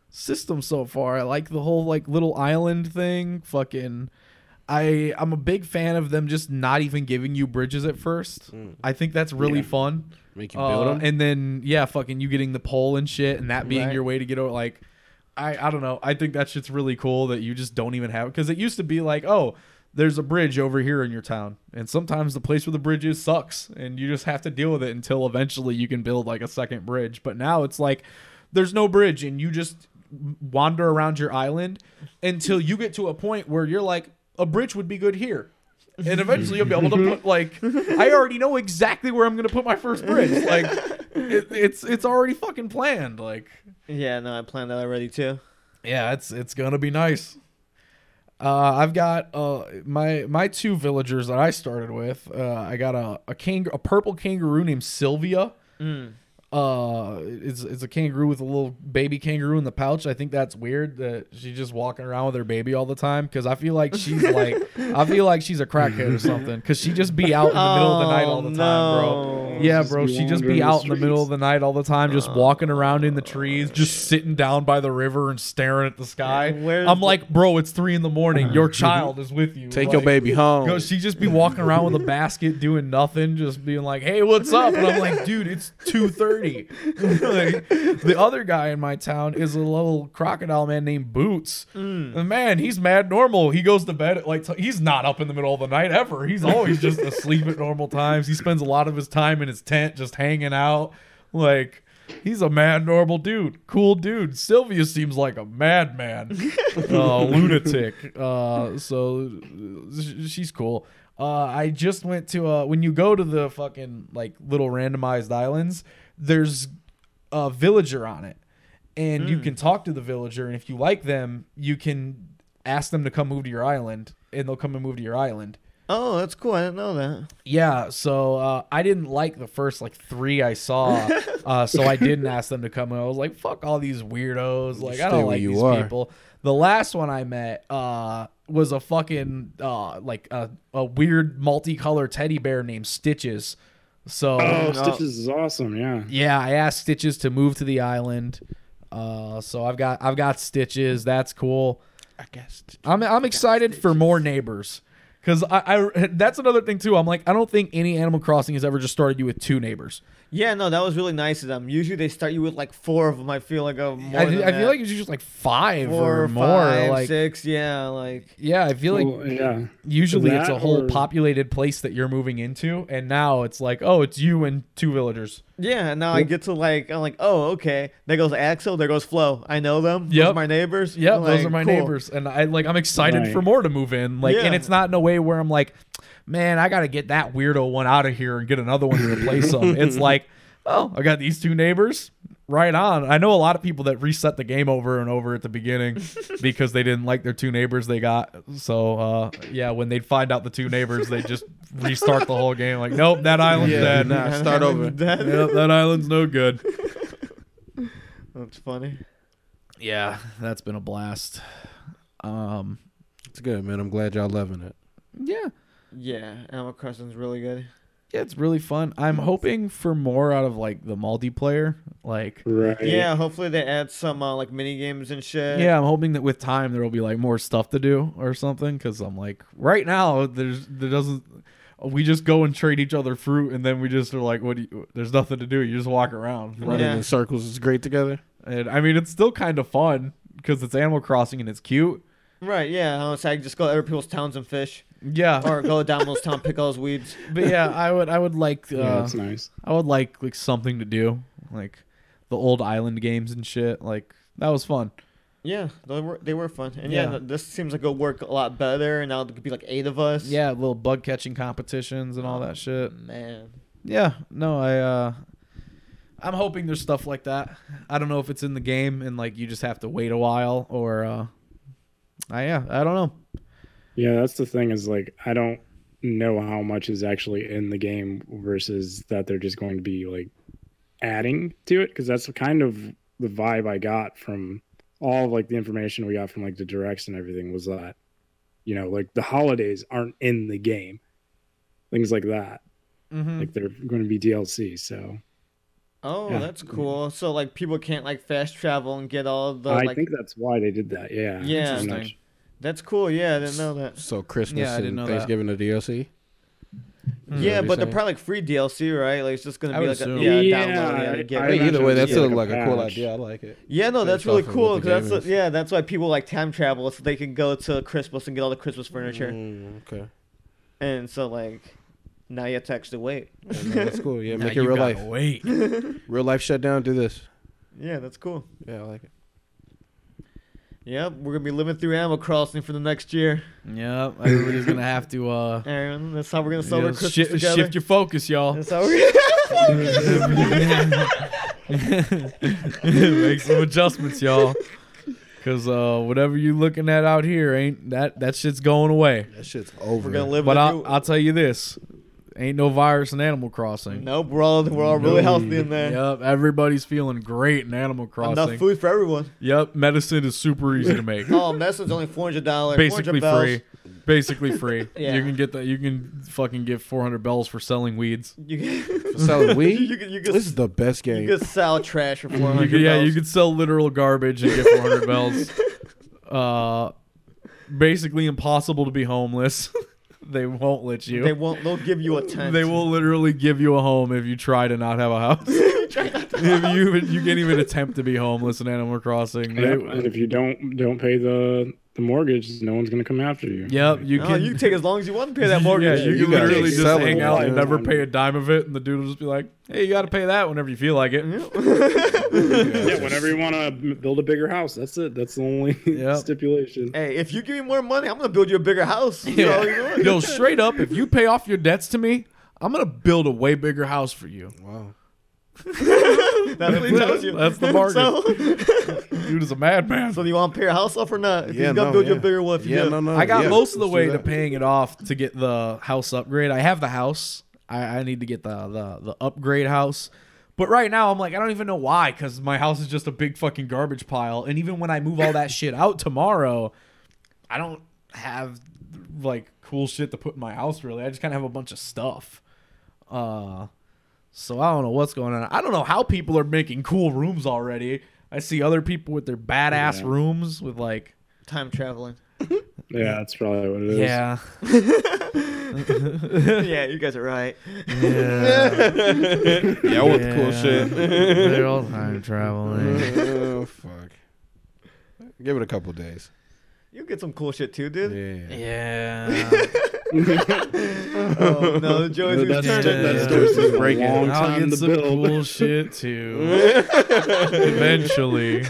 system so far. I like the whole like little island thing. Fucking, I I'm a big fan of them just not even giving you bridges at first. I think that's really fun. Mm. Make you build Uh, 'em? and then yeah, fucking you getting the pole and shit, and that being Right. your way to get over. Like, I I don't know. I think that shit's really cool that you just don't even have because it used to be like oh. There's a bridge over here in your town, and sometimes the place where the bridge is sucks, and you just have to deal with it until eventually you can build like a second bridge. But now it's like there's no bridge, and you just wander around your island until you get to a point where you're like, a bridge would be good here and eventually you'll be able to put like I already know exactly where I'm gonna put my first bridge. Like it, it's it's already fucking planned. Like Yeah, no, I planned that already too. yeah, it's it's gonna be nice. Uh, I've got uh, my my two villagers that I started with. Uh, I got a a, kang- a purple kangaroo named Sylvia. Mm. Uh, it's it's a kangaroo with a little baby kangaroo in the pouch. I think that's weird that she's just walking around with her baby all the time because I feel like she's like I feel like she's a crackhead or something because she just be out in the middle of the night all the time, bro. no. Yeah, Oh, Just bro. be She just wandering be the out in the middle of streets. the night all the time, just walking around in the trees, just sitting down by the river and staring at the sky. Where's I'm the- like, bro, it's three in the morning. Your child is with you. Take Like, your baby home. Yo, she just be walking around with a basket, doing nothing, just being like, "Hey, what's up?" And I'm like, "Dude, it's 2:30." like, the other guy in my town is a little crocodile man named Boots. And man, he's mad normal. He goes to bed at like t- he's not up in the middle of the night ever. He's always just asleep at normal times. He spends a lot of his time in his tent, just hanging out, like. He's a mad normal dude, cool dude. Sylvia seems like a madman uh, lunatic. Uh, so uh, sh- she's cool. Uh, I just went to uh, when you go to the fucking like little randomized islands. There's a villager on it, and you can talk to the villager. And if you like them, you can ask them to come move to your island, and they'll come and move to your island. Oh, that's cool. I didn't know that. Yeah, so uh, I didn't like the first like three I saw, uh, so I didn't ask them to come. And I was like, "Fuck all these weirdos! Like I stay don't where like you these are. people." The last one I met uh, was a fucking uh, like a, a weird multicolored teddy bear named Stitches. So Oh, Stitches is awesome. Yeah. yeah, I asked Stitches to move to the island. Uh, so I've got I've got Stitches. That's cool. I guess. I'm I'm excited for more neighbors because I, I that's another thing too. I'm like I don't think any Animal Crossing has ever just started you with two neighbors. Yeah, no, that was really nice of them. Usually they start you with like four of them. I feel like a more I, than I feel that. like it's just like five four, or more. five, like six. Yeah, like yeah, I feel like Well, yeah. usually it's a that whole or- populated place that you're moving into, and now it's like oh, it's you and two villagers. yeah. Now I get to like I'm like, oh, okay. There goes Axel. There goes Flo. I know them. Those are Yep. my neighbors. Yeah, Like, those are my cool. neighbors, and I like I'm excited Right. for more to move in. Like, Yeah. and it's not in a way where I'm like, man, I gotta get that weirdo one out of here and get another one to replace them. It's like, oh, I got these two neighbors. Right on. I know a lot of people that reset the game over and over at the beginning because they didn't like their two neighbors they got. So uh, yeah, when they'd find out the two neighbors, they just restart the whole game. Like, nope, that island's Yeah, dead. nah, start over. That- Yep, that island's no good. That's funny. Yeah, that's been a blast. Um, It's good, man. I'm glad y'all loving it. yeah. Yeah, Animal Crossing's really good. Yeah, it's really fun. I'm hoping for more out of like the multiplayer. Like, Right. Yeah, hopefully they add some uh, like mini games and shit. yeah, I'm hoping that with time there will be like more stuff to do or something. Because I'm like, right now there's there doesn't. We just go and trade each other fruit, and then we just are like, what? Do you, there's nothing to do. You just walk around. Running Yeah. in circles is great together. And I mean, it's still kind of fun because it's Animal Crossing and it's cute. Right. Yeah. I was like, just go to other people's towns and fish, Yeah, or go down those town, pick all those weeds. but yeah, I would I would like uh, Yeah, that's nice. I would like like something to do like the old island games and shit. Like that was fun. Yeah, they were they were fun, and yeah, Yeah. th- this seems like it'll work a lot better. And now there could be like eight of us. Yeah, little bug catching competitions and all that shit. man. Yeah, no, I uh I'm hoping there's stuff like that. I don't know if it's in the game and like you just have to wait a while or uh I yeah, I don't know. Yeah, that's the thing is like I don't know how much is actually in the game versus that they're just going to be like adding to it because that's kind of the vibe I got from all of like the information we got from like the directs and everything was that you know like the holidays aren't in the game things like that Hmm. Mhm. like they're going to be DLC so Oh, Yeah. that's cool. So like people can't like fast travel and get all the I like. think that's why they did that yeah Yeah. I'm not Interesting. That's cool. Yeah, I didn't know that. So Christmas Yeah, I didn't and know that. Thanksgiving are DLC. Hmm. yeah, What but are they're you probably like free DLC, right? Like it's just gonna I be would like a, assume. yeah, Yeah, download. Yeah, I- to get I rid Hey, of either it. way, that's Yeah, a, like a like a cool patch. idea. I like it. Yeah, no, that's based really off of what cool. the 'cause that's game what- is. yeah, that's why people like time travel so they can go to Christmas and get all the Christmas furniture. Mm, okay, Mm-hmm. And so like now you have to actually wait. Yeah, no, that's cool. Yeah, Now make you it real gotta life. Wait. Real life shut down. Do this. Yeah, that's cool. Yeah, I like it. Yep, we're gonna be living through Animal Crossing for the next year. Yeah, everybody's gonna have to uh, Aaron, that's how we're gonna you know, celebrate Christmas shi- together. shift your focus, y'all. That's how we're Make some adjustments, y'all. Cause uh, whatever you looking at out here ain't that that shit's going away. That shit's over. we're gonna live. But it I'll, through- I'll tell you this: ain't no virus in Animal Crossing. nope, we're all we're all really healthy in there. Yep, everybody's feeling great in Animal Enough Crossing. food for everyone. Yep, medicine is super easy to make. Oh, medicine's only four hundred dollars. basically free. Basically free. Yeah. You can get that. You can fucking get 400 bells for selling weeds. You can, Selling weed? You could- you could- this is the best you game. can sell trash for four You hundred. could, yeah, you could sell literal garbage and get 400 bells. Uh, basically impossible to be homeless. they won't let you. They won't. They'll give you a tent. They will literally give you a home if you try to not have a house. if you even- you can't even attempt to be homeless in Animal Crossing. Yeah, They- and if you don't don't pay the the mortgage, no one's gonna come after you. yep, you No, can. you can take as long as you want to pay that mortgage. Yeah, you, you can gotta literally keep just selling hang out it. and never pay a dime of it, and the dude will just be like, "Hey, you got to pay that whenever you feel like it." Yeah, whenever you want to build a bigger house, that's it. That's the only Yep. stipulation. Hey, if you give me more money, I'm gonna build you a bigger house. You know, you know? Yo, straight up, if you pay off your debts to me, I'm gonna build a way bigger house for you. wow. That's what he tells you. That's the bargain. So, Dude is a madman. so do you want to pay your house off or not? If Yeah, you gotta no, build you a yeah. bigger one, if you Yeah, do. no, no. I got Oh, yeah, most of the let's do way to that. paying it off to get the house upgrade. I have the house. I, I need to get the, the the upgrade house. But right now, I'm like, I don't even know why, because my house is just a big fucking garbage pile. And even when I move all that shit out tomorrow, I don't have like cool shit to put in my house. Really, I just kind of have a bunch of stuff. Uh, so I don't know what's going on. I don't know how people are making cool rooms already. I see other people with their badass Yeah. rooms with like Time traveling. Yeah, that's probably what it is. yeah. yeah, you guys are right. Yeah, I want the cool shit. They're all time traveling. oh fuck. Give it a couple days. You get some cool shit too, dude. Yeah. Yeah. Oh, no, Joey's gonna That's, turn Yeah. it. that's, Yeah. that's a Break it. long I'll time get to some build. cool shit too. Eventually.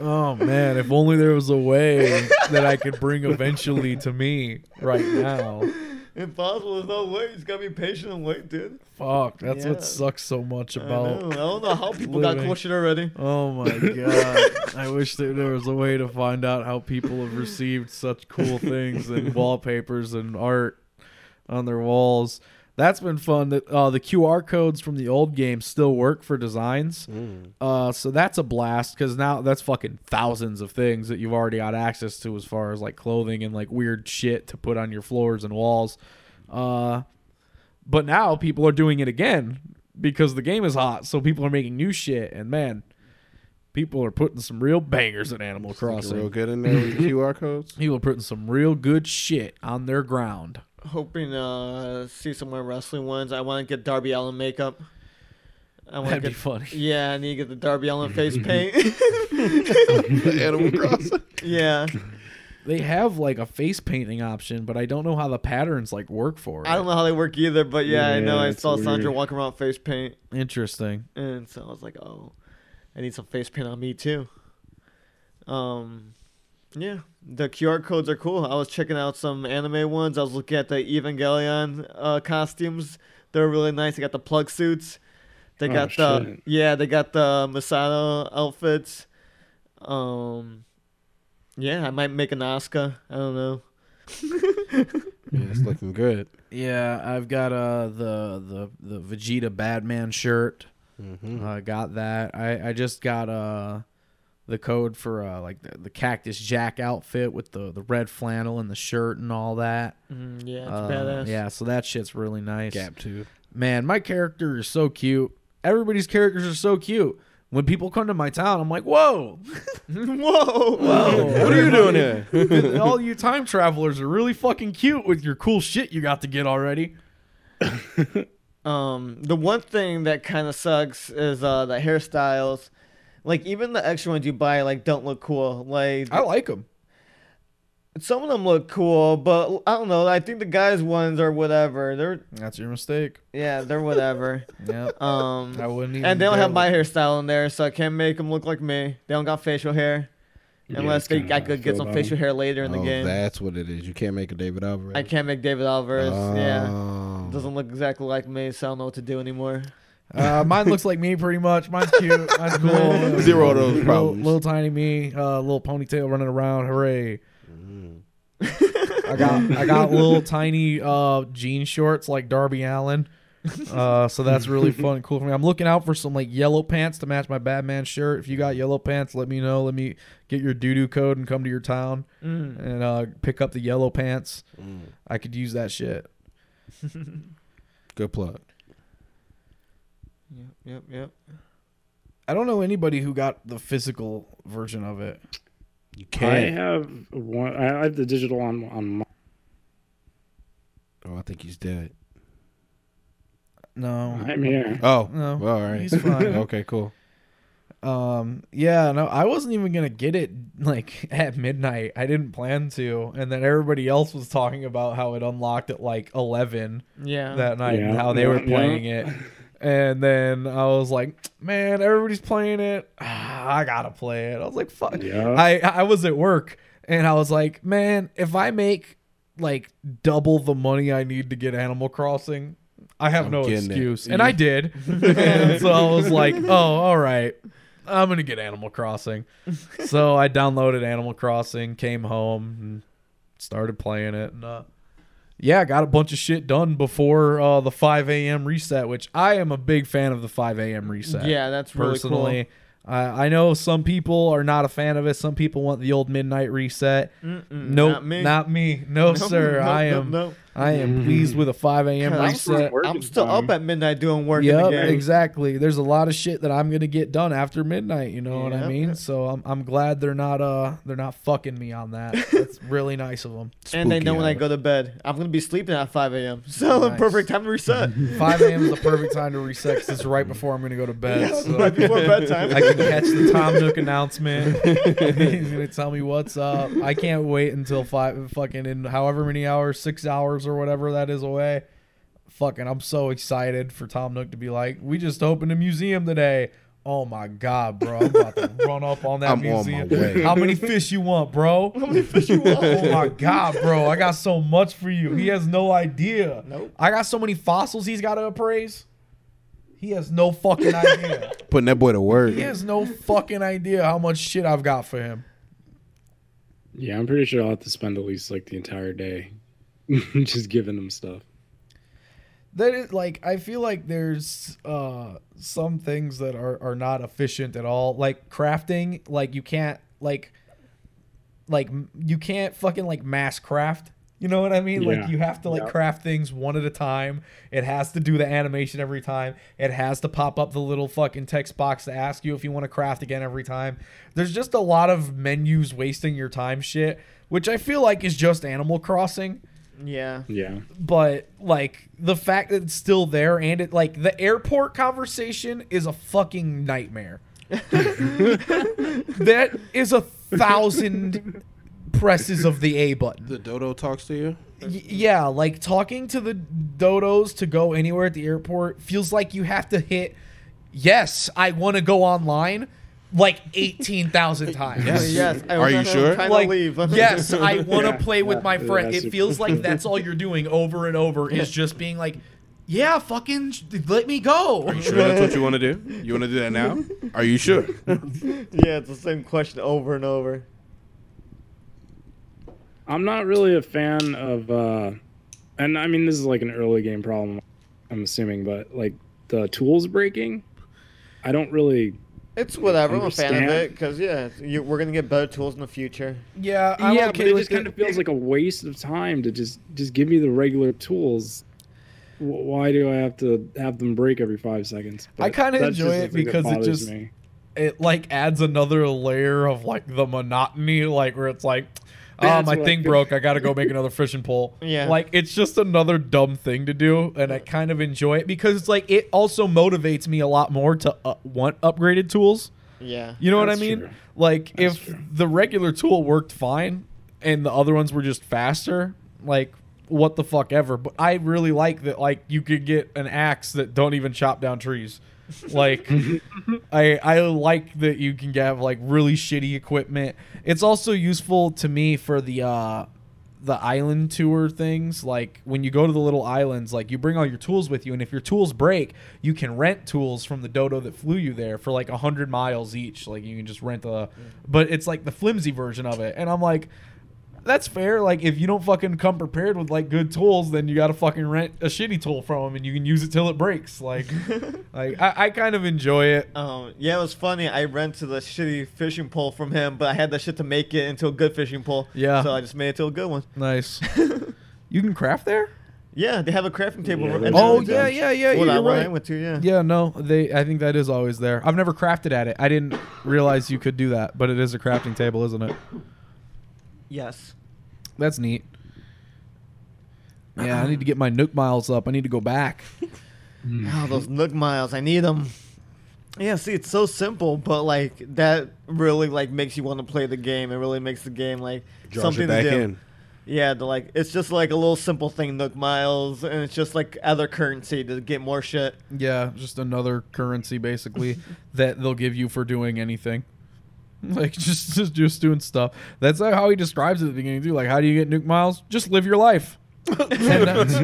Oh man, if only there was a way that I could bring eventually to me right now. Impossible. There's no way. You just gotta be patient and wait, dude. Fuck, that's Yeah. what sucks so much I, know. about. I don't know how people got Living. cool shit already. Oh my god. I wish that there was a way to find out how people have received such cool things and wallpapers and art on their walls. That's been fun. That uh, the QR codes from the old game still work for designs, uh, so that's a blast. Because now that's fucking thousands of things that you've already got access to, as far as like clothing and like weird shit to put on your floors and walls. Uh, but now people are doing it again because the game is hot, so people are making new shit. And man, people are putting some real bangers in Animal Crossing. Real Crossing. good in there with the QR codes. People are putting some real good shit on their ground. Hoping uh see some more wrestling ones. I want to get Darby Allen makeup. I want to That'd be get. funny. Yeah, I need to get the Darby Allen face paint. Animal Crossing. yeah, They have like a face painting option, but I don't know how the patterns like work for it. I don't know how they work either, but yeah, I Yeah, know I that's saw Sandra weird. walking around with face paint, Interesting. and so I was like, oh, I need some face paint on me too. Um, yeah, the QR codes are cool. I was checking out some anime ones. I was looking at the Evangelion uh, costumes. They're really nice. They got the plug suits. They Oh, got the shit. yeah. They got the Masato outfits. Um, yeah, I might make an Asuka. I don't know. Yeah, it's looking good. Yeah, I've got uh the the the Vegeta Batman shirt. Uh, got that. I I just got uh the code for uh like the, the Cactus Jack outfit with the the red flannel and the shirt and all that. Mm, yeah, it's Uh, badass. Yeah, so that shit's really nice. Gap two. man, my character is so cute. Everybody's characters are so cute. When people come to my town, I'm like, whoa, Whoa! whoa, What are you doing here? doing? All you time travelers are really fucking cute with your cool shit you got to get already. Um, the one thing that kind of sucks is uh the hairstyles. Like even the extra ones you buy like don't look cool. Like I like them. some of them look cool, but I don't know. I think the guys ones are whatever. They're That's your mistake. yeah, they're whatever. Yeah, Um, I wouldn't even. and they don't dare have my look- hairstyle in there, so I can't make them look like me. They don't got facial hair. unless that's they kinda I how I could get feel some about him. facial hair later in the oh, game. that's what it is. You can't make a David Alvarez. I can't make David Alvarez. Yeah, Oh. doesn't look exactly like me, so I don't know what to do anymore. Uh, mine looks like me pretty much. Mine's cute. Mine's cool. Zero of those Little- problems. Little, tiny me, uh, little ponytail running around. Hooray! Mm. I got I got little tiny uh, jean shorts like Darby Allen. Uh, so that's really fun and cool for me. I'm looking out for some like yellow pants to match my Batman shirt. If you got yellow pants, let me know. Let me get your doo doo code and come to your town Mm. and uh, pick up the yellow pants. I could use that shit. Good plug. Yep, yep, yep. I don't know anybody who got the physical version of it. You I can't. have one. I have the digital on on. My, Oh, I think he's dead. No, I'm here. Oh, No, all right. he's fine. okay, cool. Um. Yeah. No, I wasn't even gonna get it like at midnight. I didn't plan to, and then everybody else was talking about how it unlocked at like eleven Yeah. that night and Yeah, how they were yeah, yeah. playing it. And then I was like, man, everybody's playing it. Ah, I gotta play it. I was like, fuck. Yeah. I I was at work and I was like, man, if I make like double the money I need to get Animal Crossing, I have I'm no getting it. excuse. And I did. and so I was like, oh, all right. I'm gonna get Animal Crossing. so I downloaded Animal Crossing, came home, and started playing it, and uh, yeah, I got a bunch of shit done before uh, the 5 a.m. reset, which I am a big fan of the 5 a.m. reset. Yeah, that's really cool. personally. I I know some people are not a fan of it. Some people want the old midnight reset. Mm-mm, Nope, Mm, not me. me. No, Nope, sir. nope, I nope, am nope. I am pleased with a 5 a.m. God, I'm reset. Working I'm still time. up at midnight doing work. in Yep, the game. exactly. There's a lot of shit that I'm gonna get done after midnight. You know what I Yep. mean? So I'm I'm glad they're not uh they're not fucking me on that. That's really nice of them. And they Spooky know when hour. I go to bed, I'm gonna be sleeping at 5 a.m. So Nice. perfect time to reset. 5 a.m. is the perfect time to reset. 'cause It's right before I'm gonna go to bed. so. right before bedtime. I can catch the Tom Nook announcement. He's gonna tell me what's up. I can't wait until five fucking in however many hours, six hours or whatever that is away. Fucking I'm so excited for Tom Nook to be like, We just opened a museum today. Oh my god, bro. I'm about to run up on that I'm on my museum. way. How many fish you want, bro? How many fish you want? Oh my god, bro. I got so much for you. He has no idea. Nope. I got so many fossils he's gotta appraise. He has no fucking idea. Putting that boy to work. He has no fucking idea how much shit I've got for him. Yeah, I'm pretty sure I'll have to spend at least like the entire day just giving them stuff. That is like I feel like there's uh some things that are are not efficient at all. Like crafting, like you can't like like m- you can't fucking like mass craft. You know what I mean? Yeah. Like you have to like craft things one at a time. It has to do the animation every time. It has to pop up the little fucking text box to ask you if you want to craft again every time. There's just a lot of menus wasting your time shit, which I feel like is just Animal Crossing yeah. Yeah. but like the fact that it's still there and it like the airport conversation is a fucking nightmare. that is a thousand presses of the A button. The dodo talks to you. Y- yeah, like talking to the dodos to go anywhere at the airport feels like you have to hit yes, I want to go online like 18,000 times. Yes. Yes. I Are you I'm sure? Trying Like, to leave. yes, I want to play with my yeah, friend. that's- It feels like that's all you're doing over and over is just being like, yeah, fucking sh- let me go. Are you sure that's what you want to do? You want to do that now? Are you sure? yeah, it's the same question over and over. I'm not really a fan of, uh, and I mean, this is like an early game problem, I'm assuming, but like the tools breaking, I don't really. It's whatever. I'm a fan of Understand. it because yeah, it's- you, we're gonna get better tools in the future. Yeah, yeah, but it just kind of feels like a waste of time to just just give me the regular tools. Wh- Why do I have to have them break every five seconds? I But kinda that's enjoy just the it thing that because it bothers just- me. it like adds another layer of like the monotony, like where it's like, oh, That's my what I thing feel. broke. I got to go make another fishing pole. Yeah. Like it's just another dumb thing to do. And I kind of enjoy it because it's like it also motivates me a lot more to uh, want upgraded tools. Yeah. You know That's what I mean? true. Like That's if true. the regular tool worked fine and the other ones were just faster, like what the fuck ever. But I really like that. Like you could get an axe that don't even chop down trees. Like I I like that you can have like really shitty equipment. It's also useful to me for the uh the island tour things like when you go to the little islands like you bring all your tools with you and if your tools break you can rent tools from the dodo that flew you there for like 100 miles each like you can just rent a but it's like the flimsy version of it and i'm like that's fair like if you don't fucking come prepared with like good tools then you gotta fucking rent a shitty tool from them and you can use it till it breaks like like I, I kind of enjoy it Um, yeah, it was funny. I rented a shitty fishing pole from him, but I had that shit to make it into a good fishing pole. Yeah. So I just made it to a good one. nice you can craft there Yeah, they have a crafting table. Yeah, and they then oh do. it's yeah a- yeah yeah Well, you're that one I right went to, yeah. Yeah, no, they. I think that is always there. I've never crafted at it. I didn't realize you could do that, but it is a crafting table, isn't it? Yes. That's neat. Yeah, I need to get my Nook miles up. I need to go back. Oh, those Nook miles, I need them. Yeah, see, it's so simple, but like that really like makes you want to play the game. It really makes the game like Draws something it back to do. in. Yeah, to, like it's just like a little simple thing, Nook miles, and it's just like other currency to get more shit. Yeah, just another currency basically that they'll give you for doing anything. Like just just just doing stuff. That's like how he describes it at the beginning too. Like, how do you get Nook miles? Just live your life. And that's,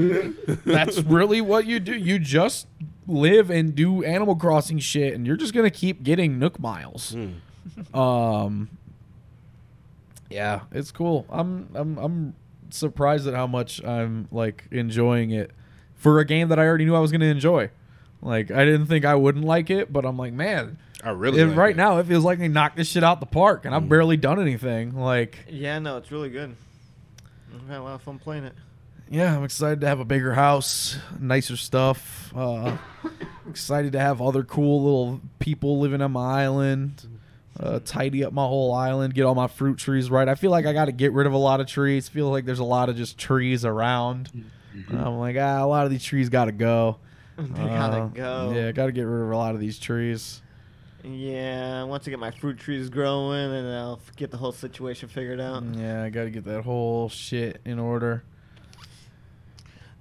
that's really what you do. You just live and do Animal Crossing shit, and you're just gonna keep getting Nook miles. Um, yeah, it's cool. I'm I'm I'm surprised at how much I'm like enjoying it for a game that I already knew I was gonna enjoy. Like I didn't think I wouldn't like it, but I'm like, man, I really it- like right it. now it feels like they knocked this shit out the park, Mm. and I've barely done anything. Like, Yeah, no, it's really good. I've had a lot of fun playing it. yeah, I'm excited to have a bigger house, nicer stuff. Uh, excited to have other cool little people living on my island. Uh, tidy up my whole island, get all my fruit trees right. I feel like I got to get rid of a lot of trees. Feel like there's a lot of just trees around. I'm like, ah, a lot of these trees got to go. Mm-hmm. They gotta Uh, go. Yeah, got to get rid of a lot of these trees. Yeah, once I get my fruit trees growing, and I'll f- get the whole situation figured out. Yeah, I got to get that whole shit in order.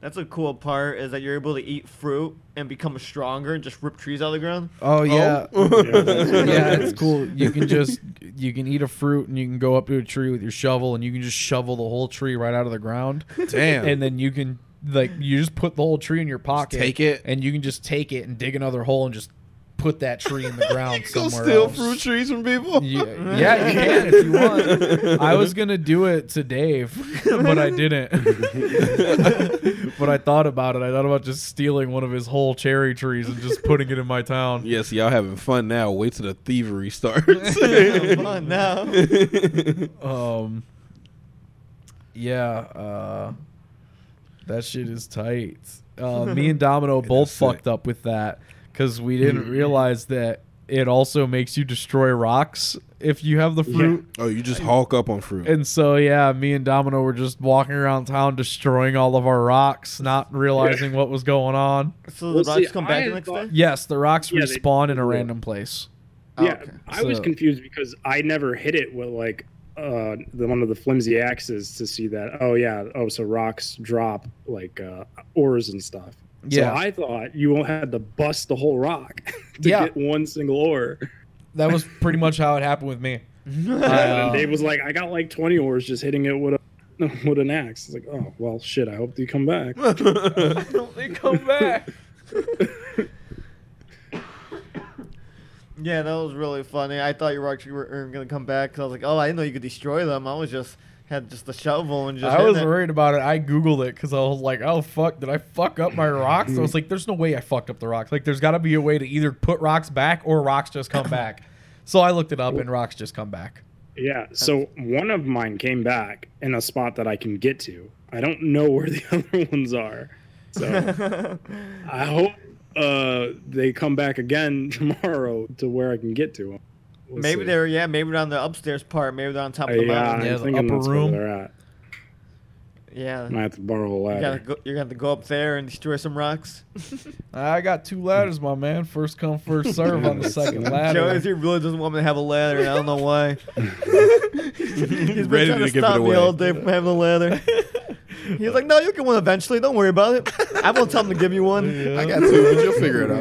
That's a cool part is that you're able to eat fruit and become stronger and just rip trees out of the ground. Oh yeah, Yeah. yeah, it's cool. You can just you can eat a fruit and you can go up to a tree with your shovel and you can just shovel the whole tree right out of the ground. Damn. And then you can like you just put the whole tree in your pocket. take it. and you can just take it and dig another hole and just put that tree in the ground Go somewhere steal else. fruit trees from people. Yeah, yeah, you can if you want. I was gonna do it to Dave, but I didn't. but I thought about it. I thought about just stealing one of his whole cherry trees and just putting it in my town. Yes, y'all having fun now. Wait till the thievery starts. Come on now. Um. Yeah. Uh, that shit is tight. Uh, me and Domino both sick. fucked up with that because we didn't realize that it also makes you destroy rocks if you have the fruit. oh, you just hulk up on fruit. And so, yeah, me and Domino were just walking around town destroying all of our rocks, not realizing what was going on. So Well, the rocks see, come back I the next thought- day. Yes, the rocks Yeah, they- respawn in a random place. Yeah, okay. I was Oh, So- confused because I never hit it with like uh the one of the flimsy axes to see that. Oh yeah, oh so rocks drop like uh ores and stuff. Yeah. So I thought you had to bust the whole rock to Yeah. get one single ore. That was pretty much how it happened with me. and Dave was like, I got like twenty ores just hitting it with a with an axe. It's like, oh well shit, I hope they come back. Don't they come back? Yeah, that was really funny. I thought you were actually were, were gonna come back because I was like, oh, I didn't know you could destroy them. I was just had just the shovel and just. I hit was it. worried about it. I googled it because I was like, "Oh fuck, did I fuck up my rocks?" I was like, "There's no way I fucked up the rocks. Like, there's got to be a way to either put rocks back or rocks just come back." So I looked it up, and rocks just come back. Yeah, so one of mine came back in a spot that I can get to. I don't know where the other ones are. So I hope uh, they come back again tomorrow to where I can get to them. Maybe they're yeah, maybe they're on the upstairs part. Maybe they're on top of the yeah, mountain. Yeah, uh, I'm the thinking upper that's room. where they're at. Yeah. I have to borrow a You gotta ladder. go, you're gonna have to go up there and destroy some rocks. I got two ladders, my man. First come, first serve on the second Joey ladder. he really doesn't want me to have a ladder. and I don't know why. He's been Ready trying to to, give it stop me away. all day from having a ladder. He's like, no, you'll get one eventually. Don't worry about it. I won't tell him to give you one. I got two, but you'll figure it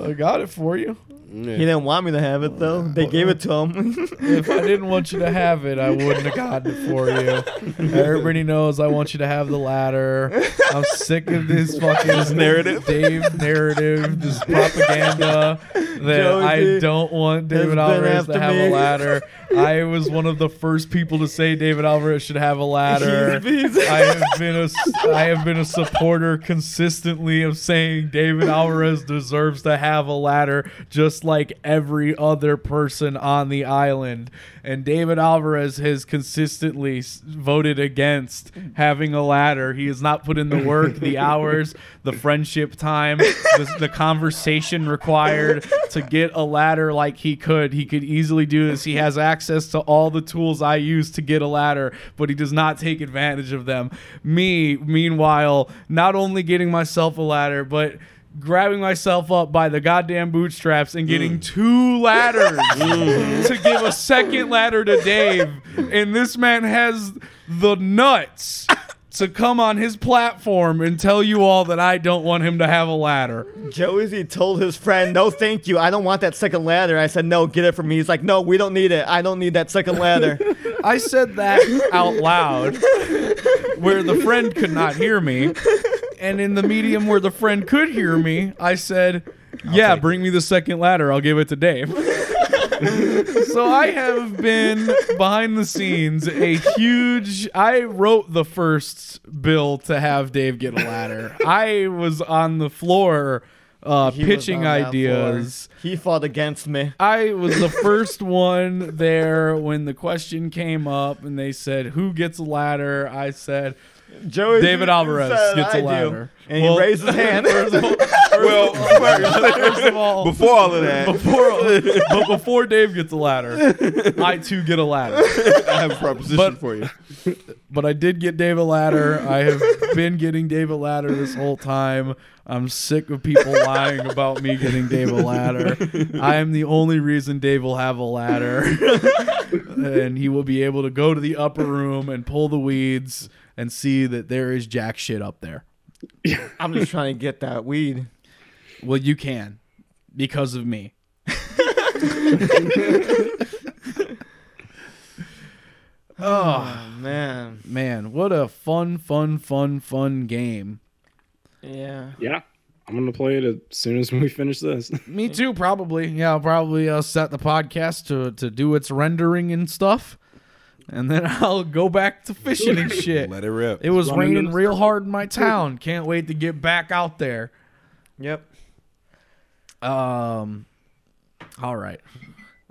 out. I got it for you. Yeah. He didn't want me to have it though. They gave it to him. If I didn't want you to have it, I wouldn't have gotten it for you. Everybody knows I want you to have the ladder. I'm sick of this fucking narrative, Dave narrative, this propaganda that I Josie don't want David been Alvarez to after have a me. ladder. I was one of the first people to say David Alvarez should have a ladder. I have been a I have been a supporter consistently of saying David Alvarez deserves to have a ladder just like every other person on the island and David Alvarez has consistently s- voted against having a ladder. He has not put in the work, the hours, the friendship time, the, the conversation required to get a ladder like he could. He could easily do this. He has access to all the tools I use to get a ladder, but he does not take advantage of them. Me, meanwhile, not only getting myself a ladder, but grabbing myself up by the goddamn bootstraps and getting two ladders to give a second ladder to Dave. And this man has the nuts to come on his platform and tell you all that I don't want him to have a ladder. Joey told his friend, "No, thank you. I don't want that second ladder." I said, "No, get it for me." He's like, "No, we don't need it. I don't need that second ladder." I said that out loud where the friend could not hear me. And in the medium where the friend could hear me, I said, Yeah, bring me the second ladder. I'll give it to Dave. so I have been behind the scenes a huge. I wrote the first bill to have Dave get a ladder. I was on the floor uh, He was pitching on that ideas. floor. He fought against me. I was the first one there when the question came up and they said, Who gets a ladder? I said, Joey David Alvarez said, gets a "I do." ladder. and Well- he raised his hand. Well, First of all, before all of that, before, but before Dave gets a ladder, I too get a ladder. I have a proposition But- for you. But I did get Dave a ladder. I have been getting Dave a ladder this whole time. I'm sick of people lying about me getting Dave a ladder. I am the only reason Dave will have a ladder. and he will be able to go to the upper room and pull the weeds and see that there is jack shit up there. I'm just trying to get that weed. Well, you can because of me. Oh, man, Man, what a fun, fun, fun, fun game. yeah. Yeah, I'm gonna play it as soon as we finish this. Me too, probably. Yeah, I'll probably uh, set the podcast to, to do its rendering and stuff. And then I'll go back to fishing and shit. Let it rip. It was Run into raining the- real hard in my town. Can't wait to get back out there. Yep. Um, all right.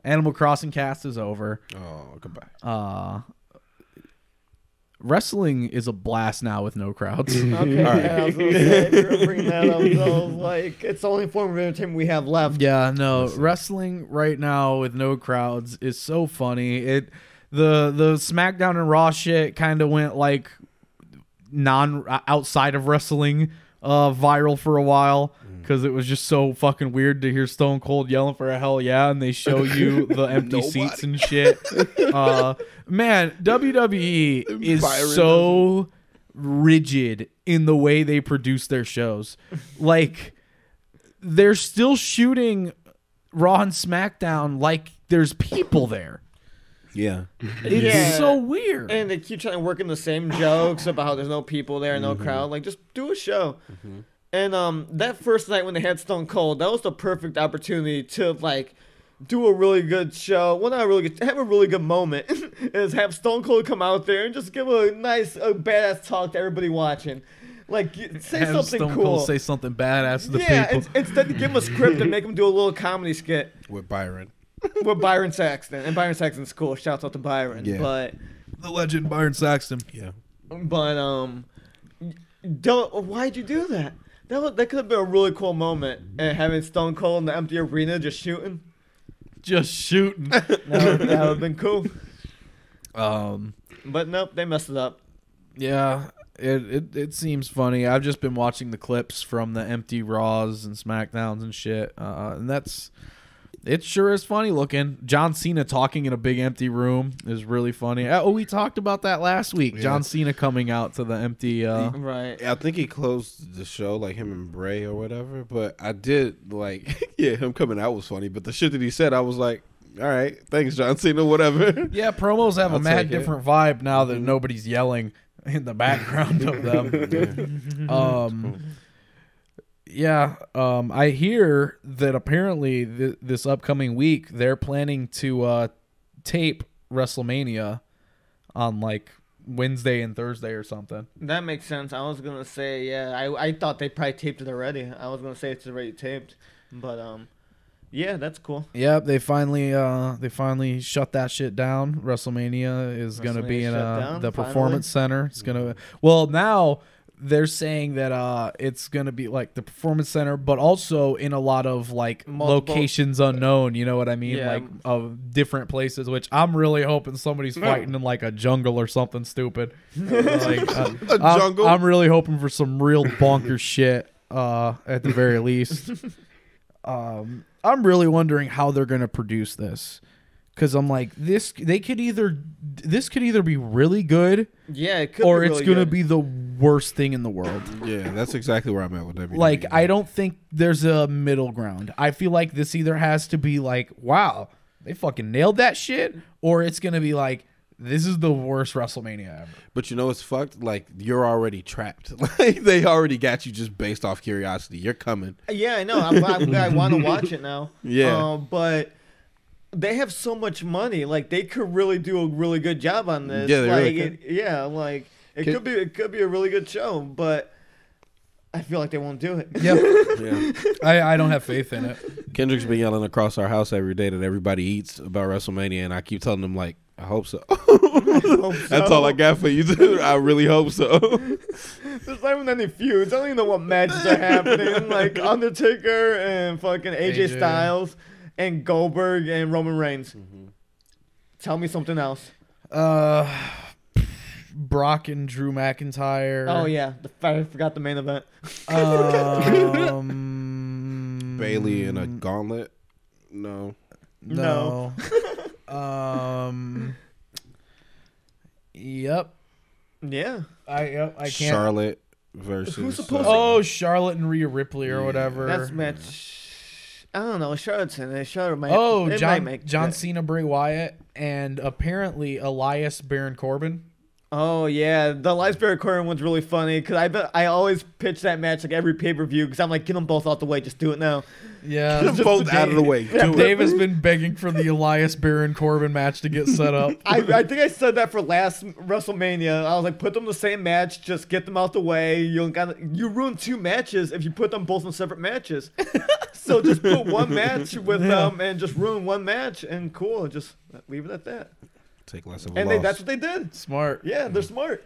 Animal Crossing cast is over. oh, goodbye. Wrestling is a blast now with no crowds. Okay. Yeah, I was gonna say, if you were bringing that up, though, like it's the only form of entertainment we have left. Yeah, no, wrestling right now with no crowds is so funny. It the the SmackDown and Raw shit kind of went like non outside of wrestling uh viral for a while because it was just so fucking weird to hear Stone Cold yelling for a hell yeah and they show you the empty seats and shit. Uh man, WWE is so rigid in the way they produce their shows. Like they're still shooting Raw and SmackDown like there's people there. Yeah. It's Yeah. so weird. And they keep trying to work in the same jokes about how there's no people there, Mm-hmm. no crowd. Like, just do a show. And um, that first night when they had Stone Cold, that was the perfect opportunity to like do a really good show. Well, not a really good, have a really good moment. is have Stone Cold come out there and just give a nice, a badass talk to everybody watching. Like, y- say Have something Stone cool. Cold say something badass to the yeah, people. ins- instead to give him a script and make him do a little comedy skit With Byron. with Byron Saxton. And Byron Saxton's cool. Shouts out to Byron. Yeah. But the legend Byron Saxton. Yeah. But um, don't. Why'd you do that? That wa- that could have been a really cool moment, and having Stone Cold in the empty arena just shooting. Just shooting. That would, that would have been cool. um But nope, they messed it up. yeah, it, it it seems funny. I've just been watching the clips from the empty Raws and SmackDowns and shit. Uh and that's It sure is funny looking. John Cena talking in a big empty room is really funny. Oh, we talked about that last week. John Cena coming out to the empty. Uh, Right. I think he closed the show like him and Bray or whatever. But I did like, yeah, him coming out was funny. But the shit that he said, I was like, all right, thanks, John Cena, whatever. yeah, promos have I'll a mad take it. different vibe now that nobody's yelling in the background of them. um, yeah, um, I hear that apparently th- this upcoming week they're planning to uh, tape WrestleMania on like Wednesday and Thursday or something. That makes sense. I was gonna say, yeah, I, I thought they probably taped it already. I was gonna say it's already taped, but um, yeah, that's cool. Yep, they finally uh they finally shut that shit down. WrestleMania is going to be WrestleMania in shut uh, down, the finally? performance center. It's going to Well, now they're saying that uh it's going to be like the performance center but also in a lot of like Multiple- locations unknown, you know what I mean? Yeah. Like of different places which I'm really hoping somebody's fighting in like a jungle or something stupid. like uh, A I'm- jungle. I'm, really hoping for some real bonker shit uh, at the very least. Um, I'm really wondering how they're going to produce this because I'm like this. They could either this could either be really good Yeah, it could. or be it's really going to good. be the worst thing in the world. yeah, that's exactly where I'm at with E. WWE. Like I don't think there's a middle ground. I feel like this either has to be like, wow, they fucking nailed that shit, or it's going to be like. This is the worst WrestleMania ever. But you know it's fucked? Like you're already trapped. Like they already got you just based off curiosity. You're coming. Yeah, I know. I'm, I'm, I want to watch it now. Yeah. um, but they have so much money. Like they could really do a really good job on this. Yeah, they like, really it, yeah, like it Could- could be it could be a really good show, but I feel like they won't do it. Yep, Yeah. I, I don't have faith in it. Kendrick's been yelling across our house every day that everybody eats about WrestleMania, and I keep telling him like, I hope so. That's all I got for you. Dude. I really hope so. There's not even any feuds. I don't even know what matches are happening. Like Undertaker and fucking AJ, AJ. Styles and Goldberg and Roman Reigns. Tell me something else. Uh, Brock and Drew McIntyre. Oh yeah, the, I forgot the main event. Um, Bailey in a gauntlet. No. No. um. Yep. Yeah, I yep. I can't. Charlotte versus. Who's supposed uh, Oh, Charlotte and Rhea Ripley or whatever. that's match. I don't know. Charlotte's in it. Charlotte might. oh, it might John make John it. Cena, Bray Wyatt, and apparently Elias Baron Corbin. Oh yeah, the Lifespirit Corner one's really funny because I bet I always pitch that match like every pay per view because I'm like get them both out the way, just do it now. Yeah. both out of the way. Do it. Dave has been begging for the Elias Baron Corbin match to get set up. I, I think I said that for last WrestleMania. I was like, put them in the same match, just get them out the way. You don't got you ruin two matches if you put them both in separate matches. so just put one match with them and just ruin one match, and cool, just leave it at that. Take less of a And they, loss. that's what they did. Smart. Yeah, they're smart.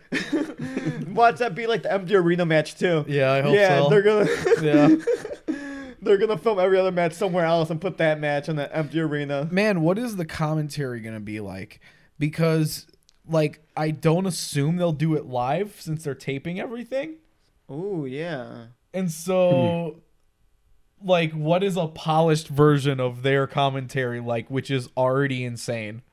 Watch that be like the empty arena match too. Yeah, I hope yeah, so. they're gonna yeah. they're gonna film every other match somewhere else and put that match in that empty arena. man, what is the commentary going to be like? Because like I don't assume they'll do it live since they're taping everything. Oh yeah. And so Hmm. like what is a polished version of their commentary like which is already insane?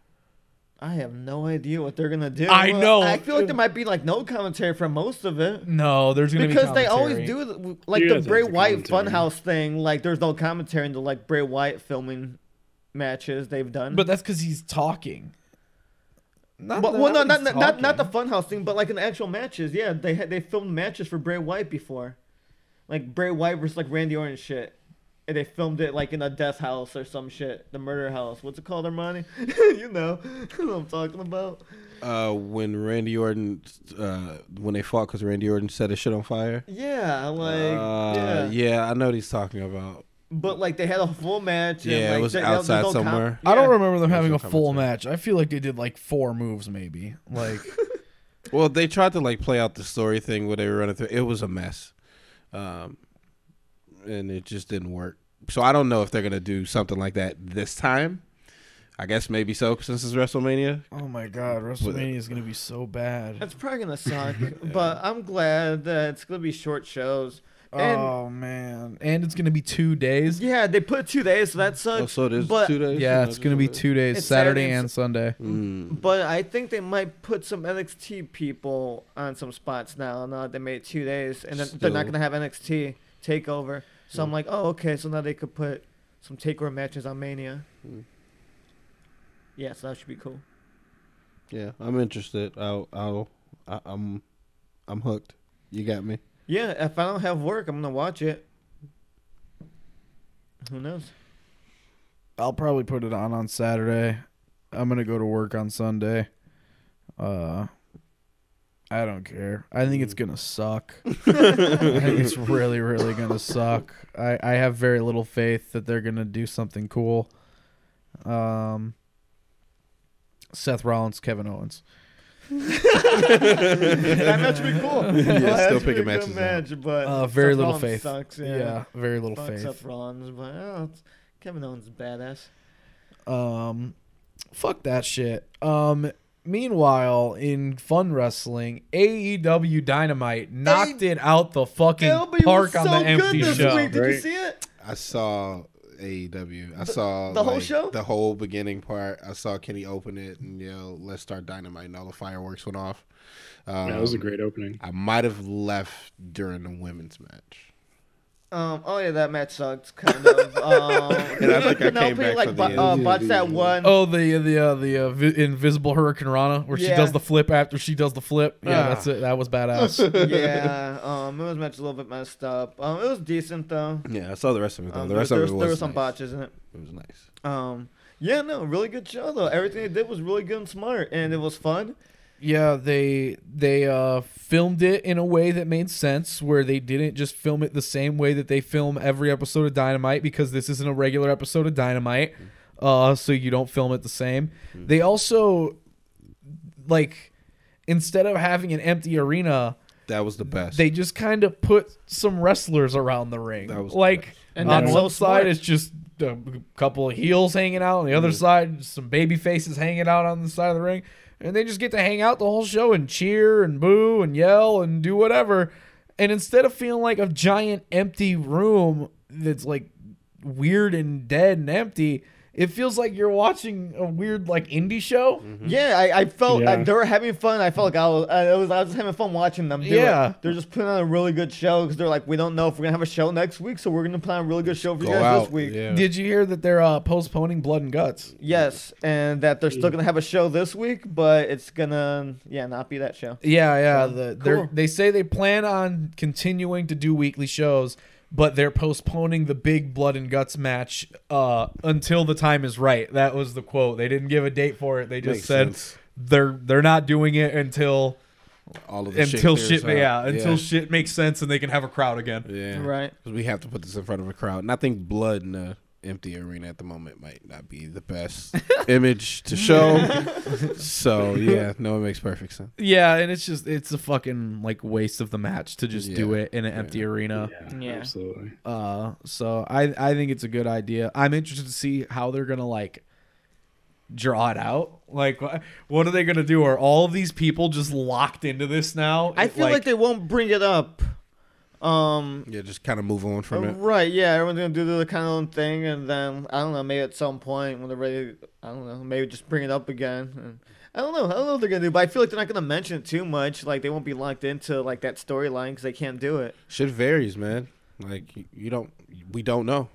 I have no idea what they're gonna do. I know. I feel like there might be like no commentary for most of it No, there's going to be because they always commentary. do the- like Yeah, the there's Bray a Wyatt commentary. Funhouse thing. Like there's no commentary in the like Bray Wyatt filming matches they've done. But that's cuz he's talking. Not, Well, well, no, that not he's not, not not the talking. funhouse thing, but like in the actual matches. Yeah, they had they filmed matches for Bray Wyatt before, like Bray Wyatt versus like Randy Orton shit, and they filmed it like in a death house or some shit, the murder house. What's it called, Armani? you know what I'm talking about. uh, when Randy Orton, uh, when they fought because Randy Orton set his shit on fire. Yeah, like Uh, yeah. yeah, I know what he's talking about. but like they had a full match. And, Yeah, it like, was there- there was outside no com- somewhere. I don't Yeah. remember them having a no full commentary. match. I feel like they did like four moves maybe. Like Well, they tried to like play out the story thing where they were running through. It was a mess, um, and it just didn't work. So I don't know if they're gonna do something like that this time. I guess maybe so since it's WrestleMania. oh my god, WrestleMania is going to be so bad. That's probably gonna suck, but I'm glad that it's gonna be short shows. And- oh man, and it's gonna be two days. Yeah, Yeah, they put two days, so that sucks. Oh, so it is Uh, but, two days. it's gonna be two days, It's Saturday, Saturday and and Sunday. Mm. But I think they might put some NXT people on some spots now. Now that they made two days, and then they're not Still. gonna have NXT take over. So I'm like, oh, okay. So now they could put some takeover matches on Mania. Yeah, so that should be cool. Yeah, I'm interested. I'll, I'll, I, I'm, I'm hooked. You got me. Yeah, if I don't have work, I'm gonna watch it. Who knows? I'll probably put it on on Saturday. I'm gonna go to work on Sunday. Uh, I don't care. I think it's gonna suck. I think it's really, really gonna suck. I I have very little faith that they're gonna do something cool. Um, Seth Rollins, Kevin Owens. that match would be cool. Yeah, that still should picking be a good matches out. Match, but Uh, very Seth little Rollins faith. Sucks, Yeah, yeah. very little Fucks faith. up Rollins, but oh, it's- Kevin Owens is badass. Um, fuck that shit. Um, meanwhile, in fun wrestling, AEW Dynamite knocked it out the fucking Darby park E was on the so empty good this show. Week. Did you Right. see it? I saw AEW. I saw the whole show? the whole beginning part. I saw Kenny open it and yell, "Let's start dynamite!" and all the fireworks went off. Um, that was a great opening. I might have left during the women's match. Um, oh yeah, that match sucked, kind of. Um, And I think I Penelope, came back like, for the bu- end. uh, botched that one. Oh, the the uh, the uh, vi- invisible Hurricane Rana, where she Yeah. does the flip after she does the flip. Yeah, Ah. that's it. That was badass. yeah, um, it was match a little bit messed up. Um, it was decent though. Yeah, I saw the rest of it though. Um, the rest there, of it was there was, there was some nice. botches in it. It was nice. Um, yeah, no, really good show though. Everything they did was really good and smart, and it was fun. yeah, they they uh, filmed it in a way that made sense, where they didn't just film it the same way that they film every episode of Dynamite, because this isn't a regular episode of Dynamite. Uh, so you don't film it the same. They also like instead of having an empty arena, That was the best. they just kind of put some wrestlers around the ring. That was like And on that's one so side smart. it's just a couple of heels hanging out, on the Mm. other side some baby faces hanging out on the side of the ring, and they just get to hang out the whole show and cheer and boo and yell and do whatever. And instead of feeling like a giant empty room that's like weird and dead and empty, it feels like you're watching a weird like indie show. Mm-hmm. Yeah, I, I felt Yeah. I, they were having fun. I felt like I was, I was I was having fun watching them. Do Yeah. it. they're just putting on a really good show because they're like, we don't know if we're gonna have a show next week, so we're gonna put on a really good show for you go guys out. this week. Yeah. Did you hear that they're uh, postponing Blood and Guts? Yes, and that they're still gonna have a show this week, but it's gonna yeah not be that show. Yeah, yeah. The, they're, cool. they say they plan on continuing to do weekly shows, but they're postponing the big blood and guts match uh, until the time is right. That was the quote. They didn't give a date for it. They just Makes said sense. they're they're not doing it until all of the until clears shit out. yeah until yeah. shit makes sense and they can have a crowd again. Yeah. Right. Because we have to put this in front of a crowd. And I think blood in a empty arena at the moment might not be the best image to show. so, yeah, no, it makes perfect sense. Yeah, and it's just it's a fucking like waste of the match to just do Yeah. it in an empty arena. Yeah, Yeah. absolutely. Uh, so I I think it's a good idea. I'm interested to see how they're gonna like draw it out. Like, wha- what are they gonna do? Are all of these people just locked into this now? I It, feel like, they won't bring it up. Um. Yeah, just kind of move on from it. Right. Yeah. Everyone's gonna do their kind of own thing, and then I don't know. Maybe at some point when they're ready, I don't know. Maybe just bring it up again. And I don't know. I don't know what they're gonna do, but I feel like they're not gonna mention it too much. Like they won't be locked into like that storyline because they can't do it. Shit varies, man. Like, you- you don't, we don't know.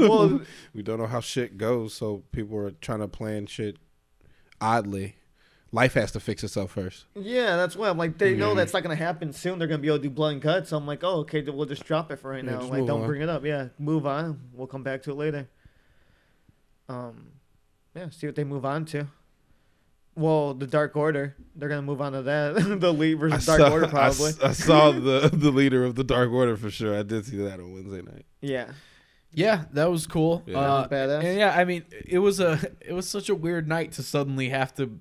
Well, we don't know how shit goes. So, people are trying to plan shit oddly. Life has to fix itself first. yeah. That's why I'm like they Mm-hmm. know that's not gonna happen soon. They're gonna be able to do blood and guts. So I'm like, oh, okay. then We'll just drop it for right Yeah, now. just Like move don't on. bring it up. Yeah. Move on. We'll come back to it later. Um. Yeah. See what they move on to. Well, the Dark Order. They're gonna move on to that. the Elite versus Dark Order, I s- probably. I saw the, the leader of the Dark Order for sure. I did see that on Wednesday night. Yeah. yeah, that was cool. Yeah. Uh, Badass. and yeah, I mean, it was a it was such a weird night to suddenly have to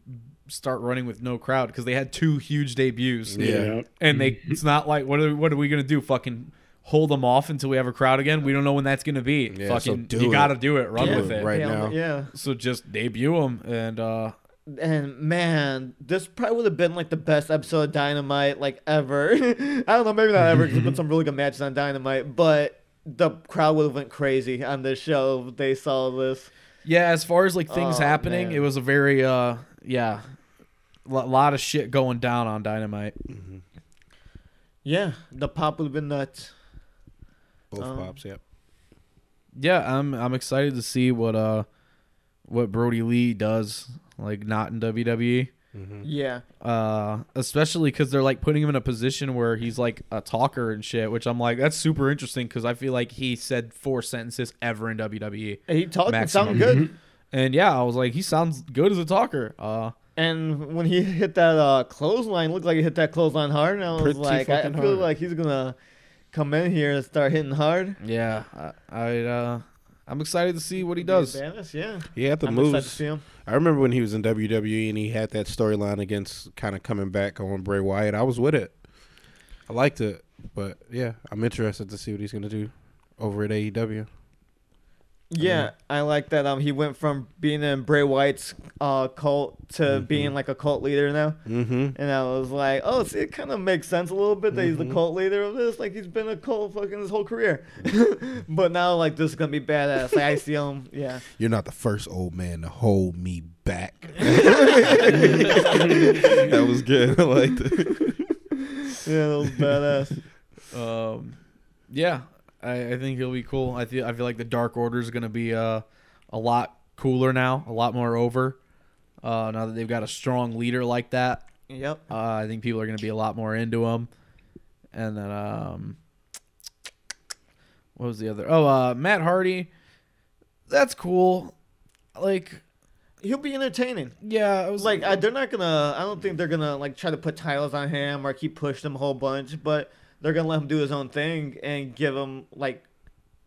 start running with no crowd because they had two huge debuts. Yeah. Yep. and they it's not like what are what are we gonna do? Fucking hold them off until we have a crowd again. We don't know when that's gonna be. Yeah, so Fucking, do you it. gotta do it. Run Do with it it. right yeah, now. Yeah. So just debut them and uh and man, this probably would have been like the best episode of Dynamite like ever. I don't know, maybe not ever because there's been some really good matches on Dynamite, but the crowd would have went crazy on this show if they saw this. Yeah, as far as like things Oh, happening, man. it was a very uh yeah, a lot of shit going down on Dynamite. Yeah, the pop would have been nuts. Both Um, pops, yep. Yeah, I'm I'm excited to see what uh what Brody Lee does like not in WWE. Mm-hmm. Yeah, Uh especially cuz they're like putting him in a position where he's like a talker and shit, which I'm like that's super interesting cuz I feel like he said four sentences ever in WWE. he talked and sounded Maximum. good. And yeah, I was like he sounds good as a talker. Uh And when he hit that uh, clothesline, looked like he hit that clothesline hard. And I was Pretty like, I I fucking feel hard. like he's gonna come in here and start hitting hard. yeah, I, I uh I'm excited to see what he does. Badass, yeah. He had the I'm excited to moves. see him. I remember when he was in WWE and he had that storyline against kind of coming back on Bray Wyatt. I was with it. I liked it, but yeah, I'm interested to see what he's gonna do over at E AEW. Yeah, I like that. Um, he went from being in Bray Wyatt's uh cult to being like a cult leader now. Mm-hmm. And I was like, oh, see, it kind of makes sense a little bit that he's the cult leader of this. Like he's been a cult fucking his whole career, but now like this is gonna be badass. Like, I see him. Yeah, You're not the first old man to hold me back. that was good. I liked it. yeah, that was badass. Um, yeah, I, I think he'll be cool. I feel I feel like the Dark Order is gonna be uh, a lot cooler now, a lot more over. Uh, now that they've got a strong leader like that, Yep. uh, I think people are gonna be a lot more into him. And then um, what was the other? Oh, uh, Matt Hardy. That's cool. Like, He'll be entertaining. yeah, I was Like I, they're not gonna. I don't think they're gonna like try to put titles on him or keep pushing him a whole bunch. But they're gonna let him do his own thing and give him like,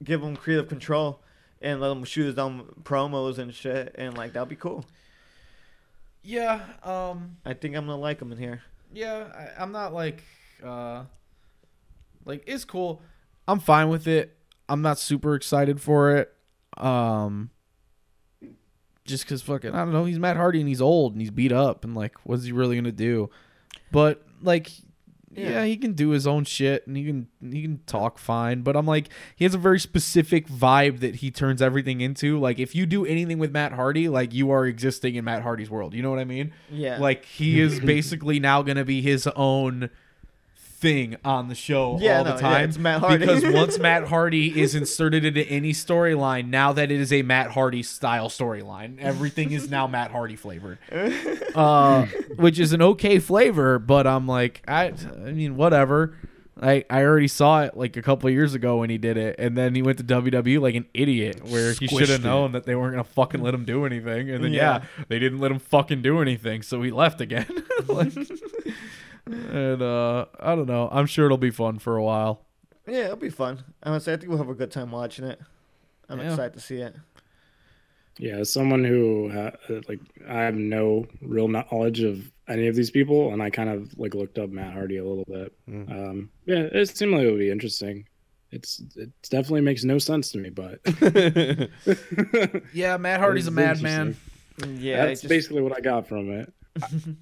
give him creative control and let him shoot his own promos and shit. And like that'll be cool. yeah, um, I think I'm gonna like him in here. yeah I, i'm not like uh like it's cool i'm fine with it i'm not super excited for it um just because fucking i don't know he's matt hardy and he's old and he's beat up and like what's he really gonna do but like yeah. Yeah. he can do his own shit and he can he can talk fine but i'm like he has a very specific vibe that he turns everything into like if you do anything with matt hardy like you are existing in matt hardy's world you know what i mean Yeah. like he is basically now going to be his own thing on the show Yeah, all no, the yeah, time. it's Matt Hardy. because once Matt Hardy is inserted into any storyline, now that it is a Matt Hardy style storyline, everything is now Matt Hardy flavored, uh, which is an okay flavor. But I'm like, I, I mean, whatever. I, I already saw it like a couple of years ago when he did it, and then he went to WWE like an idiot, where he Squished should have it. known that they weren't gonna fucking let him do anything, and then Yeah. yeah, they didn't let him fucking do anything, so he left again. Like- and uh, I don't know. I'm sure it'll be fun for a while. yeah, it'll be fun. Honestly, I think we'll have a good time watching it. I'm Yeah. excited to see it. Yeah, as someone who uh, like I have no real knowledge of any of these people, and I kind of like looked up Matt Hardy a little bit. Um, yeah, it seemed like it would be interesting. It's it definitely makes no sense to me, but Yeah, Matt Hardy's a madman. Yeah, that's basically what I got from it.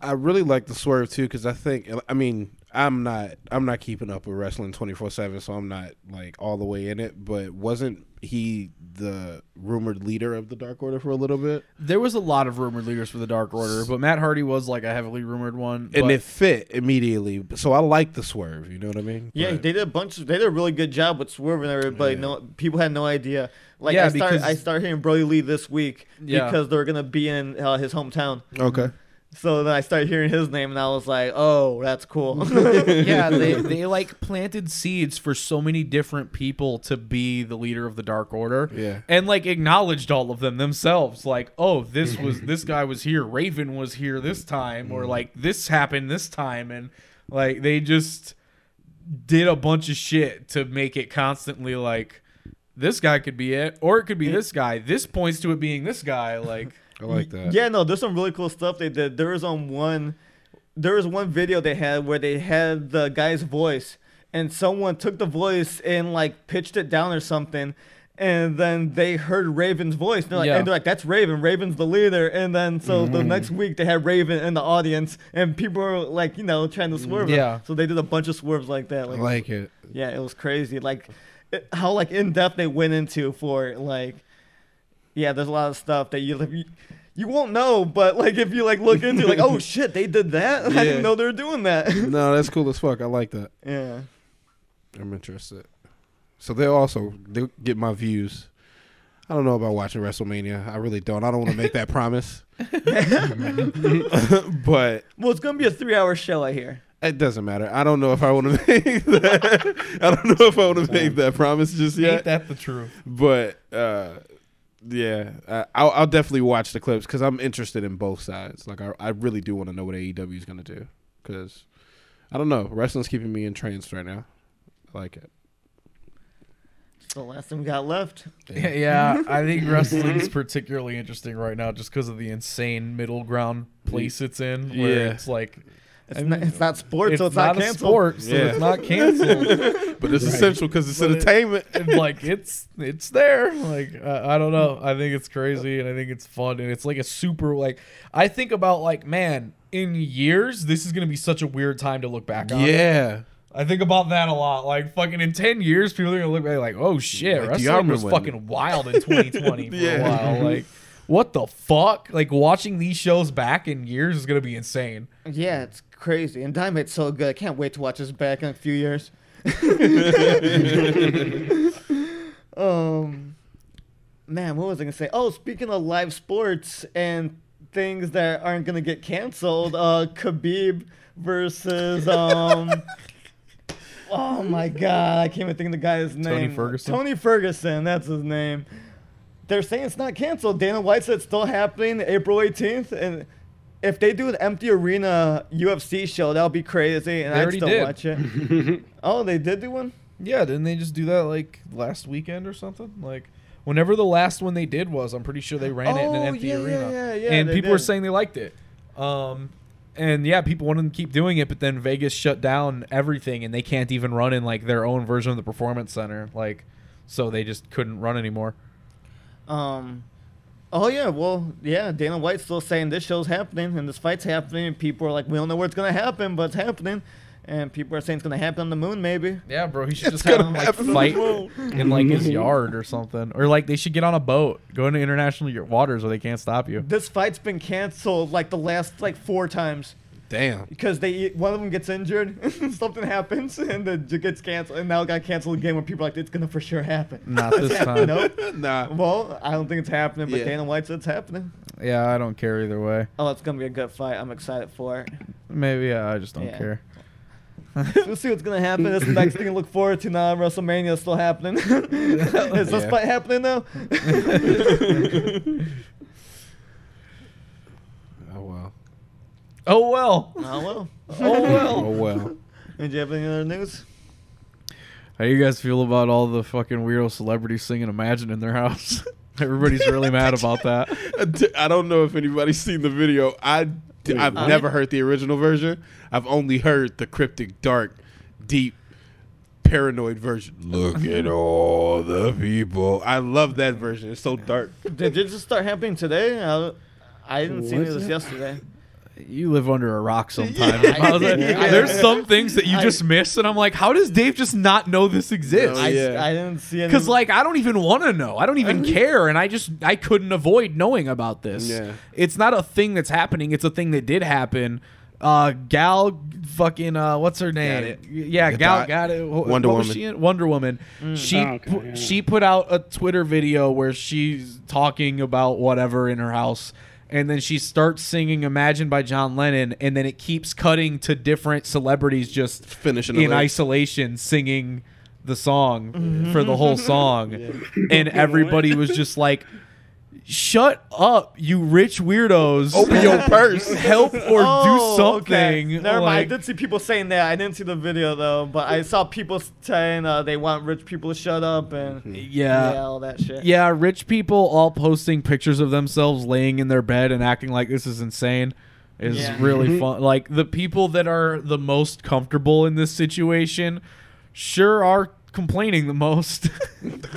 I really like the swerve too because I think I mean I'm not I'm not keeping up with wrestling 24 seven, so I'm not like all the way in it. But wasn't he the rumored leader of the Dark Order for a little bit? There was a lot of rumored leaders for the Dark Order, but Matt Hardy was like a heavily rumored one. and but- it fit immediately. So I like the swerve. You know what I mean? Yeah, But they did a bunch of. They did a really good job with Swerve and everybody. No, people had no idea. Like Yeah, I start, because- I start hearing Brody Lee this week Yeah. because they're gonna be in uh, his hometown. okay. So then I started hearing his name and I was like, oh, that's cool. yeah, they, they like planted seeds for so many different people to be the leader of the Dark Order. Yeah. And like acknowledged all of them themselves. Like, oh, this was this guy was here, Raven was here this time, or like this happened this time, and like they just did a bunch of shit to make it constantly like this guy could be it, or it could be this guy. This points to it being this guy, like I like that. yeah, no, there's some really cool stuff they did. There was on one, there was one video they had where they had the guy's voice and someone took the voice and like pitched it down or something. and then they heard Raven's voice. And they're like, Yeah. Mm-hmm. and they're like, that's Raven. Raven's the leader. And then so the next week they had Raven in the audience, and people were like, you know, trying to swerve. him. Yeah. So they did a bunch of swerves like that. Like, like it. yeah, it was crazy. Like it, how like in depth they went into for it. Like, yeah, there's a lot of stuff that you like, you, you won't know, but like if you like look into, it, like, oh shit, they did that. I Yeah. didn't know they were doing that. No, that's cool as fuck. I like that. yeah. I'm interested. So they'll also they'll get my views. I don't know about watching WrestleMania. I really don't. I don't want to make that promise. but Well, it's gonna be a three-hour show, I hear. it doesn't matter. I don't know if I want to make that. I don't know if I want to make that promise just Ain't yet. that the truth? But uh, yeah, I, I'll, I'll definitely watch the clips because I'm interested in both sides. Like I, I really do want to know what AEW is gonna do because I don't know. Wrestling's keeping me entranced right now. I like it. It's the last thing we got left. Yeah. Yeah, I think wrestling is particularly interesting right now just because of the insane middle ground place it's in. Where Yeah. it's like It's not, it's not sports, it's, so it's not, not, a canceled. sport, so Yeah. it's not canceled. But it's Right. essential because it's But it- entertainment. and like it's it's there. Like I I don't know. I think it's crazy and I think it's fun and it's like a super like I think about like man in years this is gonna be such a weird time to look back on. yeah. I think about that a lot. Like fucking in ten years, people are gonna look back like, "Oh shit, Like, do y'all wrestling was remember when- fucking wild in 2020 for Yeah. a while." Like, what the fuck? Like watching these shows back in years is gonna be insane. Yeah, it's crazy. And Dynamite's so good. I can't wait to watch this back in a few years. um, man, what was I gonna say? Oh, speaking of live sports and things that aren't gonna get canceled, uh, Khabib versus um. Oh my God! I can't even think of the guy's name. Ferguson? Tony Ferguson. That's his name. They're saying it's not canceled. Dana White said it's still happening April 18th, and if they do an empty arena UFC show, that'll be crazy, and They I'd already still did. watch it. oh, they did do one. Yeah, didn't they just do that like last weekend or something? Like whenever the last one they did was, I'm pretty sure they ran it in an Oh, empty yeah, yeah, arena, yeah, yeah, and they people were did. saying they liked it. Um, and yeah, people wanted to keep doing it, but then Vegas shut down everything, and they can't even run in like their own version of the performance center, like so they just couldn't run anymore. Um, oh yeah, well yeah, Dana White's still saying this show's happening and this fight's happening, and people are like, we don't know where it's gonna happen, but it's happening, and people are saying it's gonna happen on the moon, maybe. Yeah, bro, he should just have them like fight in like his yard or something, or like they should get on a boat, go into international y- waters where they can't stop you. This fight's been canceled like the last like four times Damn. because they one of them gets injured, something happens, and then it gets canceled, and now it got canceled again when people are like, it's gonna for sure happen. Not this time. nope. Nah. Well, I don't think it's happening, but Yeah. Dana White said it's happening. Yeah, I don't care either way. Oh, it's gonna be a good fight. I'm excited for it. Maybe yeah, I just don't Yeah. care. we'll see what's gonna happen. That's the next thing to look forward to now. WrestleMania is still happening. is this Yeah. fight happening now? Oh well. Oh well. oh well. Oh Oh well. well. Did you have any other news? How you guys feel about all the fucking weirdo celebrities singing Imagine in their house? Everybody's really mad about that. I don't know if anybody's seen the video. I I've what? never heard the original version. I've only heard the cryptic, dark, deep, paranoid version. Look at all the people. I love that version. It's so dark. Did it just start happening today? I, I didn't see any of this Was it? yesterday. You live under a rock sometimes. Yeah. I was like, Yeah. There's some things that you I- just miss, and I'm like, how does Dave just not know this exists? Oh, I, yeah. I didn't see any. Because like I don't even want to know. I don't even care, and I just I couldn't avoid knowing about this. Yeah. It's not a thing that's happening. It's a thing that did happen. Uh, Gal, fucking uh, what's her name? it. Yeah, Got Gal it. got it. Wh- Wonder what was Woman. Mm. she in? Wonder Woman. She Oh, okay, pu- yeah. she put out a Twitter video where she's talking about whatever in her house. And then she starts singing "Imagine" by John Lennon, and then it keeps cutting to different celebrities just Finishing the in lyrics. isolation singing the song Mm-hmm. for the whole song and everybody was just like shut up you rich weirdos Open your purse. help or Oh, do okay. something Never mind. I Like, did see people saying that. I didn't see the video though, but I saw people saying uh, they want rich people to shut up Mm-hmm. and yeah, yeah all that shit. yeah rich people all posting pictures of themselves laying in their bed and acting like this is insane is Yeah. really fun like the people that are the most comfortable in this situation sure are complaining the most.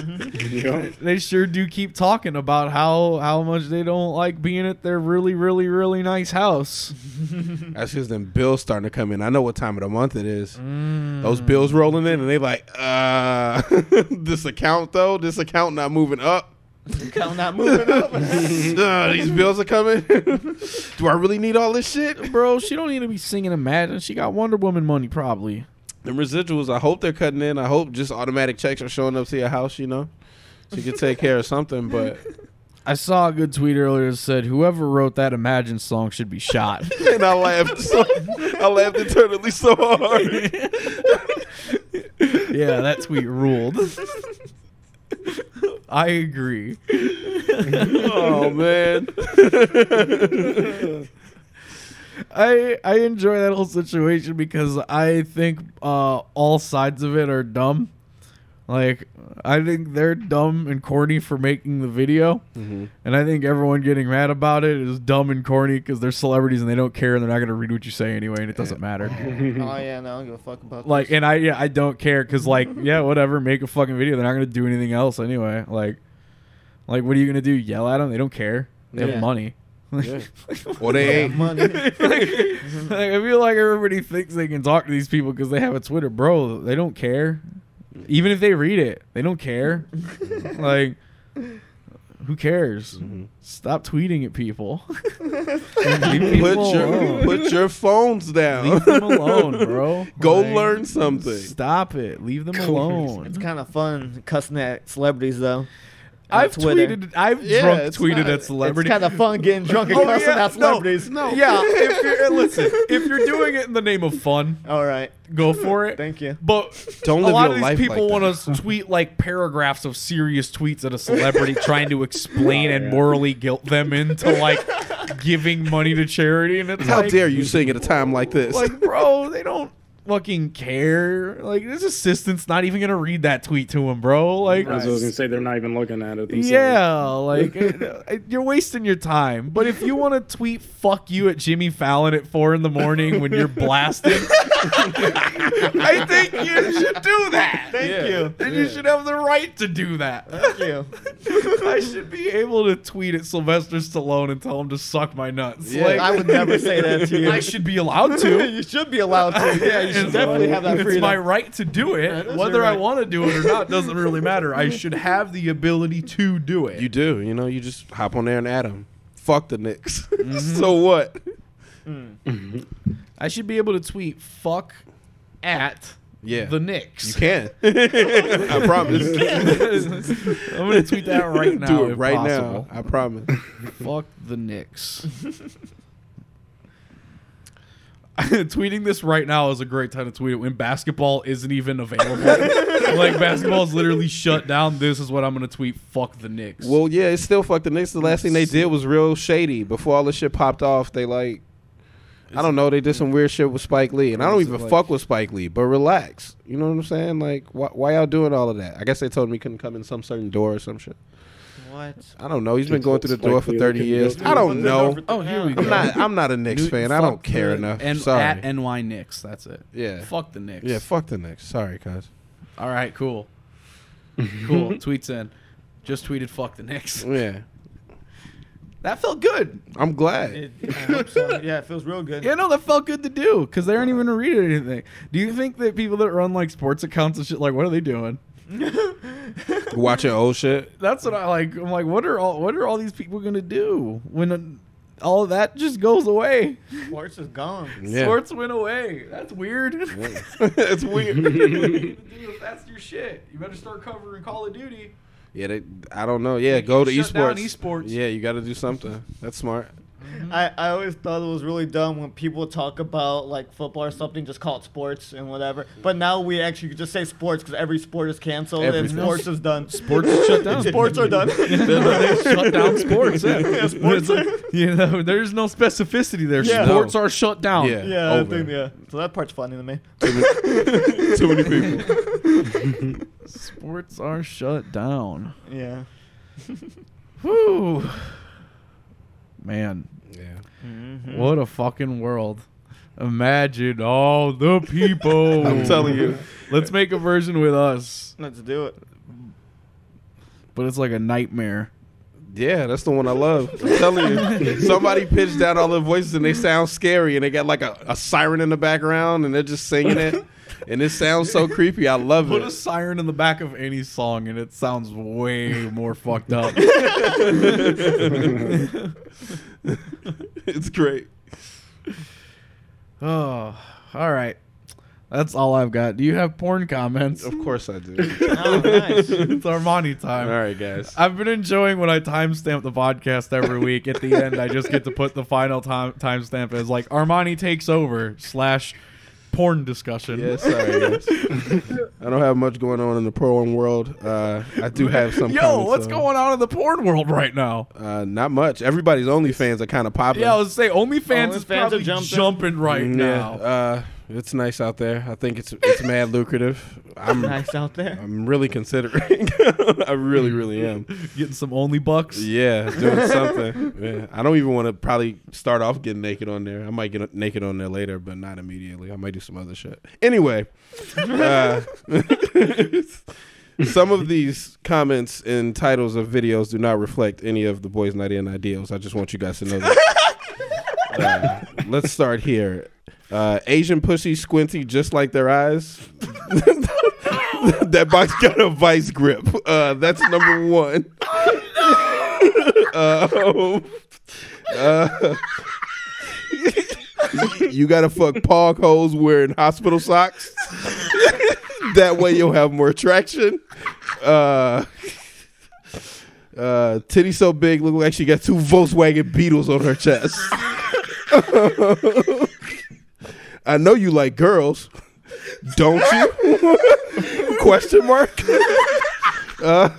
Yeah. they sure do keep talking about how how much they don't like being at their really really really nice house. That's because then bills starting to come in. I know what time of the month it is. Those bills rolling in, and they like, uh, this account though, this account not moving up. I'm not moving up. Uh, these bills are coming. Do I really need all this shit? Bro, she don't need to be singing Imagine. She got Wonder Woman money probably. The residuals. I hope they're cutting in. I hope just automatic checks are showing up to your house. You know, so you can take care of something. But I saw a good tweet earlier that said whoever wrote that Imagine song should be shot. and I laughed. So, I laughed internally so hard. yeah, that tweet ruled. I agree. Oh man. I I enjoy that whole situation because I think uh, all sides of it are dumb. Like I think they're dumb and corny for making the video, Mm-hmm. and I think everyone getting mad about it is dumb and corny because they're celebrities and they don't care and they're not gonna read what you say anyway, and it doesn't matter. oh yeah, no, I don't give a fuck about Like, this. and I yeah I don't care because like yeah whatever, make a fucking video. They're not gonna do anything else anyway. Like, like what are you gonna do? Yell at them? They don't care. They Yeah. have money. Well, they Yeah, ain't. money. Like, I feel like everybody thinks they can talk to these people because they have a Twitter, bro. They don't care. Even if they read it, they don't care. like, who cares? Stop tweeting at people. leave Put people your alone. put your phones down. leave them alone, bro. Go Like, learn something. Stop it. Leave them it's alone. kind of fun cussing at celebrities though. on I've Twitter. tweeted. I've Yeah, drunk it's tweeted not- at It's celebrities. kind of fun getting drunk and Oh, cussing yeah, at no, celebrities. no. yeah, if you're, listen, if you're doing it in the name of fun, All right. go for it. Thank you. But Don't a live lot your of these life people like want to tweet like paragraphs of serious tweets at a celebrity trying to explain and morally guilt them into like giving money to charity, and it's How like, dare you sing at a time like this? Like, bro, they don't fucking care. Like, this assistant's not even gonna read that tweet to him, bro. Like. That's what I was gonna say. They're not even looking at it. Themselves. Yeah, like uh, uh, you're wasting your time. But if you want to tweet "fuck you" at Jimmy Fallon at four in the morning when you're blasted, I think you should do that. Thank you. And you should have the right to do that. Thank you. I should be able to tweet at Sylvester Stallone and tell him to suck my nuts. Yeah. Like, I would never say that to you. I should be allowed to. you should be allowed to. Yeah, you should It's- definitely have that It's freedom. my right to do it. that's Whether your I right. want to do it or not doesn't really matter. I should have the ability to do it. You do, you know. You just hop on there and add them. Fuck the Knicks. Mm-hmm. so what? I should be able to tweet "fuck at Yeah, the you Knicks." can. I promise. I'm gonna tweet that right now. Do it if right possible. now. I promise. Fuck the Knicks. Tweeting this right now is a great time to tweet it when basketball isn't even available. like basketball's literally shut down. This is what I'm gonna tweet. Fuck the Knicks. Well, yeah, it's still fuck the Knicks. The last thing they did was real shady. Before all this shit popped off, they like, I don't know, they did some weird shit with Spike Lee, and I don't Is it even like- fuck with Spike Lee. But relax, you know what I'm saying? Like, why, why y'all doing all of that? I guess they told him he couldn't come in some certain door or some shit. what? I don't know. He's been going through the Spike door for Lee thirty couldn't years. go through I the don't know. oh, here we go. I'm not. I'm not a Knicks New- fan. I don't fuck care the- enough. And Sorry. at NY Knicks. That's it. yeah. Fuck the Knicks. Yeah. Fuck the Knicks. Sorry, cuz. All right. Cool. Cool. Tweets in. Just tweeted. Fuck the Knicks. Yeah. That felt good. I'm glad. It, I hope so. Yeah, it feels real good. Yeah, no, that felt good to do because they aren't even gonna read it or anything. Do you think that people that run like sports accounts and shit, like, what are they doing? Watching old shit. That's what I like. I'm like, what are all what are all these people gonna do when uh, all that just goes away? Sports is gone. Yeah. Sports went away. That's weird. it's weird. Dude, if that's your shit. You better start covering Call of Duty. Yeah, they, I don't know. Yeah, go to shut down esports. esports. Yeah, you got to do something. That's smart. I, I always thought it was really dumb when people talk about like football or something, just call it sports and whatever. But now we actually could just say sports because every sport is canceled and Everything. sports is done. Sports is shut down. sports are done. they shut down sports. Yeah, sports are- you know, there's no specificity there. Yeah. Sports are shut down. Yeah. yeah, I over. think, yeah. So that part's funny to me. Too many people. Sports are shut down. Yeah. Whew. Man, Yeah. Mm. what a fucking world. Imagine all the people. I'm telling you, Let's make a version with us, Let's do it. but it's like a nightmare. Yeah, that's the one I love. I'm telling you. Somebody pitched out all their voices and they sound scary and they got like a, a siren in the background and they're just singing it. And it sounds so creepy. I love Put a it. siren in the back of any song, and it sounds way more fucked up. It's great. Oh, all right. That's all I've got. Do you have porn comments? Of course I do. Oh, nice. it's Armani all time. right, guys. I've been enjoying when I timestamp the podcast every week. At the end, I just get to put the final time timestamp as like Armani takes over slash porn discussion. Yeah, sorry, guys. I don't have much going on in the porn world. Uh, I do have some. Yo, comments, what's though. going on in the porn world right now? Uh, not much. Everybody's OnlyFans are kind of popular. Yeah, I was gonna say OnlyFans is OnlyFans are probably jumping, jumping. right now. Uh, it's nice out there. I think it's it's mad lucrative. I'm nice out there. I'm really considering. I really, Mm-hmm. really am. Getting some Only Bucks. Yeah, doing something. Yeah. I don't even want to probably start off getting naked on there. I might get naked on there later, but not immediately. I might do some other shit. Anyway, uh, some of these comments and titles of videos do not reflect any of the Boys Night In ideals. I just want you guys to know that. Uh, let's start here. Uh, Asian pussy squinty just like their eyes. that box got a vice grip. Uh, that's number one. Um, uh, you gotta fuck pog holes wearing hospital socks. that way you'll have more traction. Uh, uh, titty so big, look like she got two Volkswagen Beetles on her chest. I know you like girls, don't you? Question mark. Uh,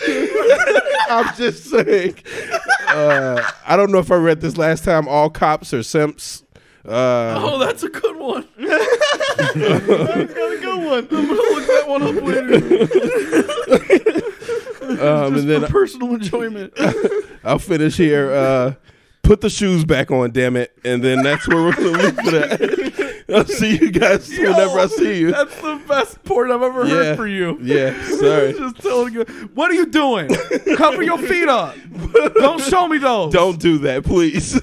I'm just saying. Uh, I don't know if I read this last time. All cops are simps. Uh, Oh, that's a good one. Got a good one. I'm gonna look that one up later. um, and then personal enjoyment. I'll finish here. Uh, put the shoes back on, damn it. And then that's where we're going to leave it at. I'll see you guys whenever I see you. That's the best porn I've ever Yeah. heard for you. Yeah, sorry. Just telling you, what are you doing? Cover your feet up. Don't show me those. Don't do that, please.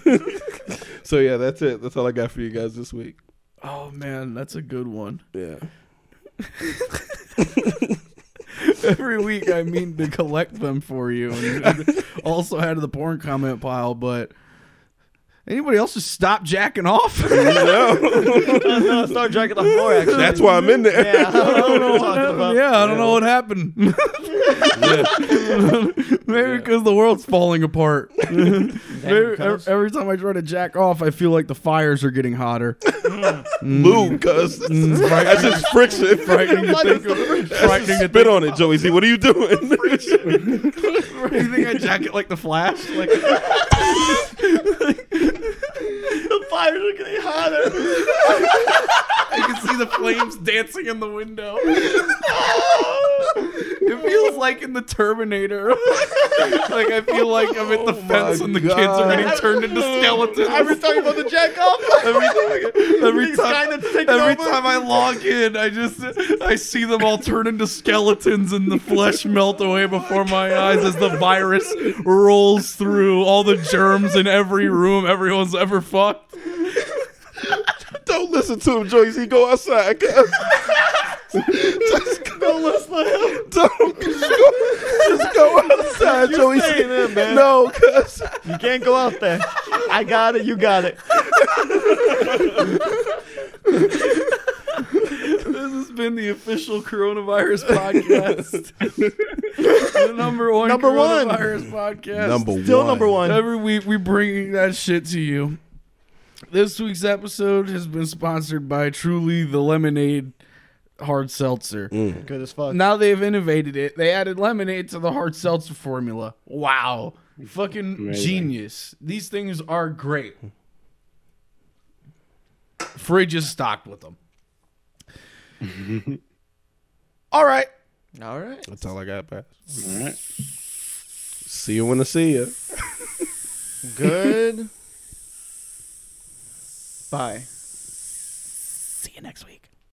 so, yeah, that's it. That's all I got for you guys this week. Oh man, that's a good one. Yeah. Every week I mean to collect them for you, and also add to the porn comment pile. But anybody else just stop jacking off? No, no, Star Trek at the floor, actually. That's why I'm in there. Yeah, I don't know what I'm talking about. yeah, I don't know what happened. Maybe because the world's falling apart. Maybe Damn, ev- cuz. every time I try to jack off, I feel like the fires are getting hotter. Move, cuz. That's just friction. Frightening to think of. Frightening to Spit on it, Joey Z. What are you doing? You think I jacket like the Flash? Like The fires are getting hotter. you can see the flames dancing in the window. it feels like in the Terminator. like I feel like I'm at the fence and the kids are Oh God. getting turned into skeletons. I was talking about the jack off. every These time, kinda take every over. time I log in, I just I see them all turn into skeletons and the flesh melt away before my eyes as the virus rolls through all the germs in every room everyone's ever fucked. Don't listen to him, Joey Z. Go outside, cuz. Don't listen to him. Don't just go, just go outside, Joey. staying in, man. No, cuz You can't go out there. I got it. You got it. This has been the official coronavirus podcast. the number one Number one. coronavirus podcast. Still number one. Every week we bring that shit to you. This week's episode has been sponsored by Truly the Lemonade Hard Seltzer. Good as fuck. Now they've innovated it. They added lemonade to the hard seltzer formula. Wow. Fucking Amazing. genius. These things are great. Fridge is stocked with them. All right. All right. That's all I got, Pat. All right. See you when I see you. Good. Bye. See you next week.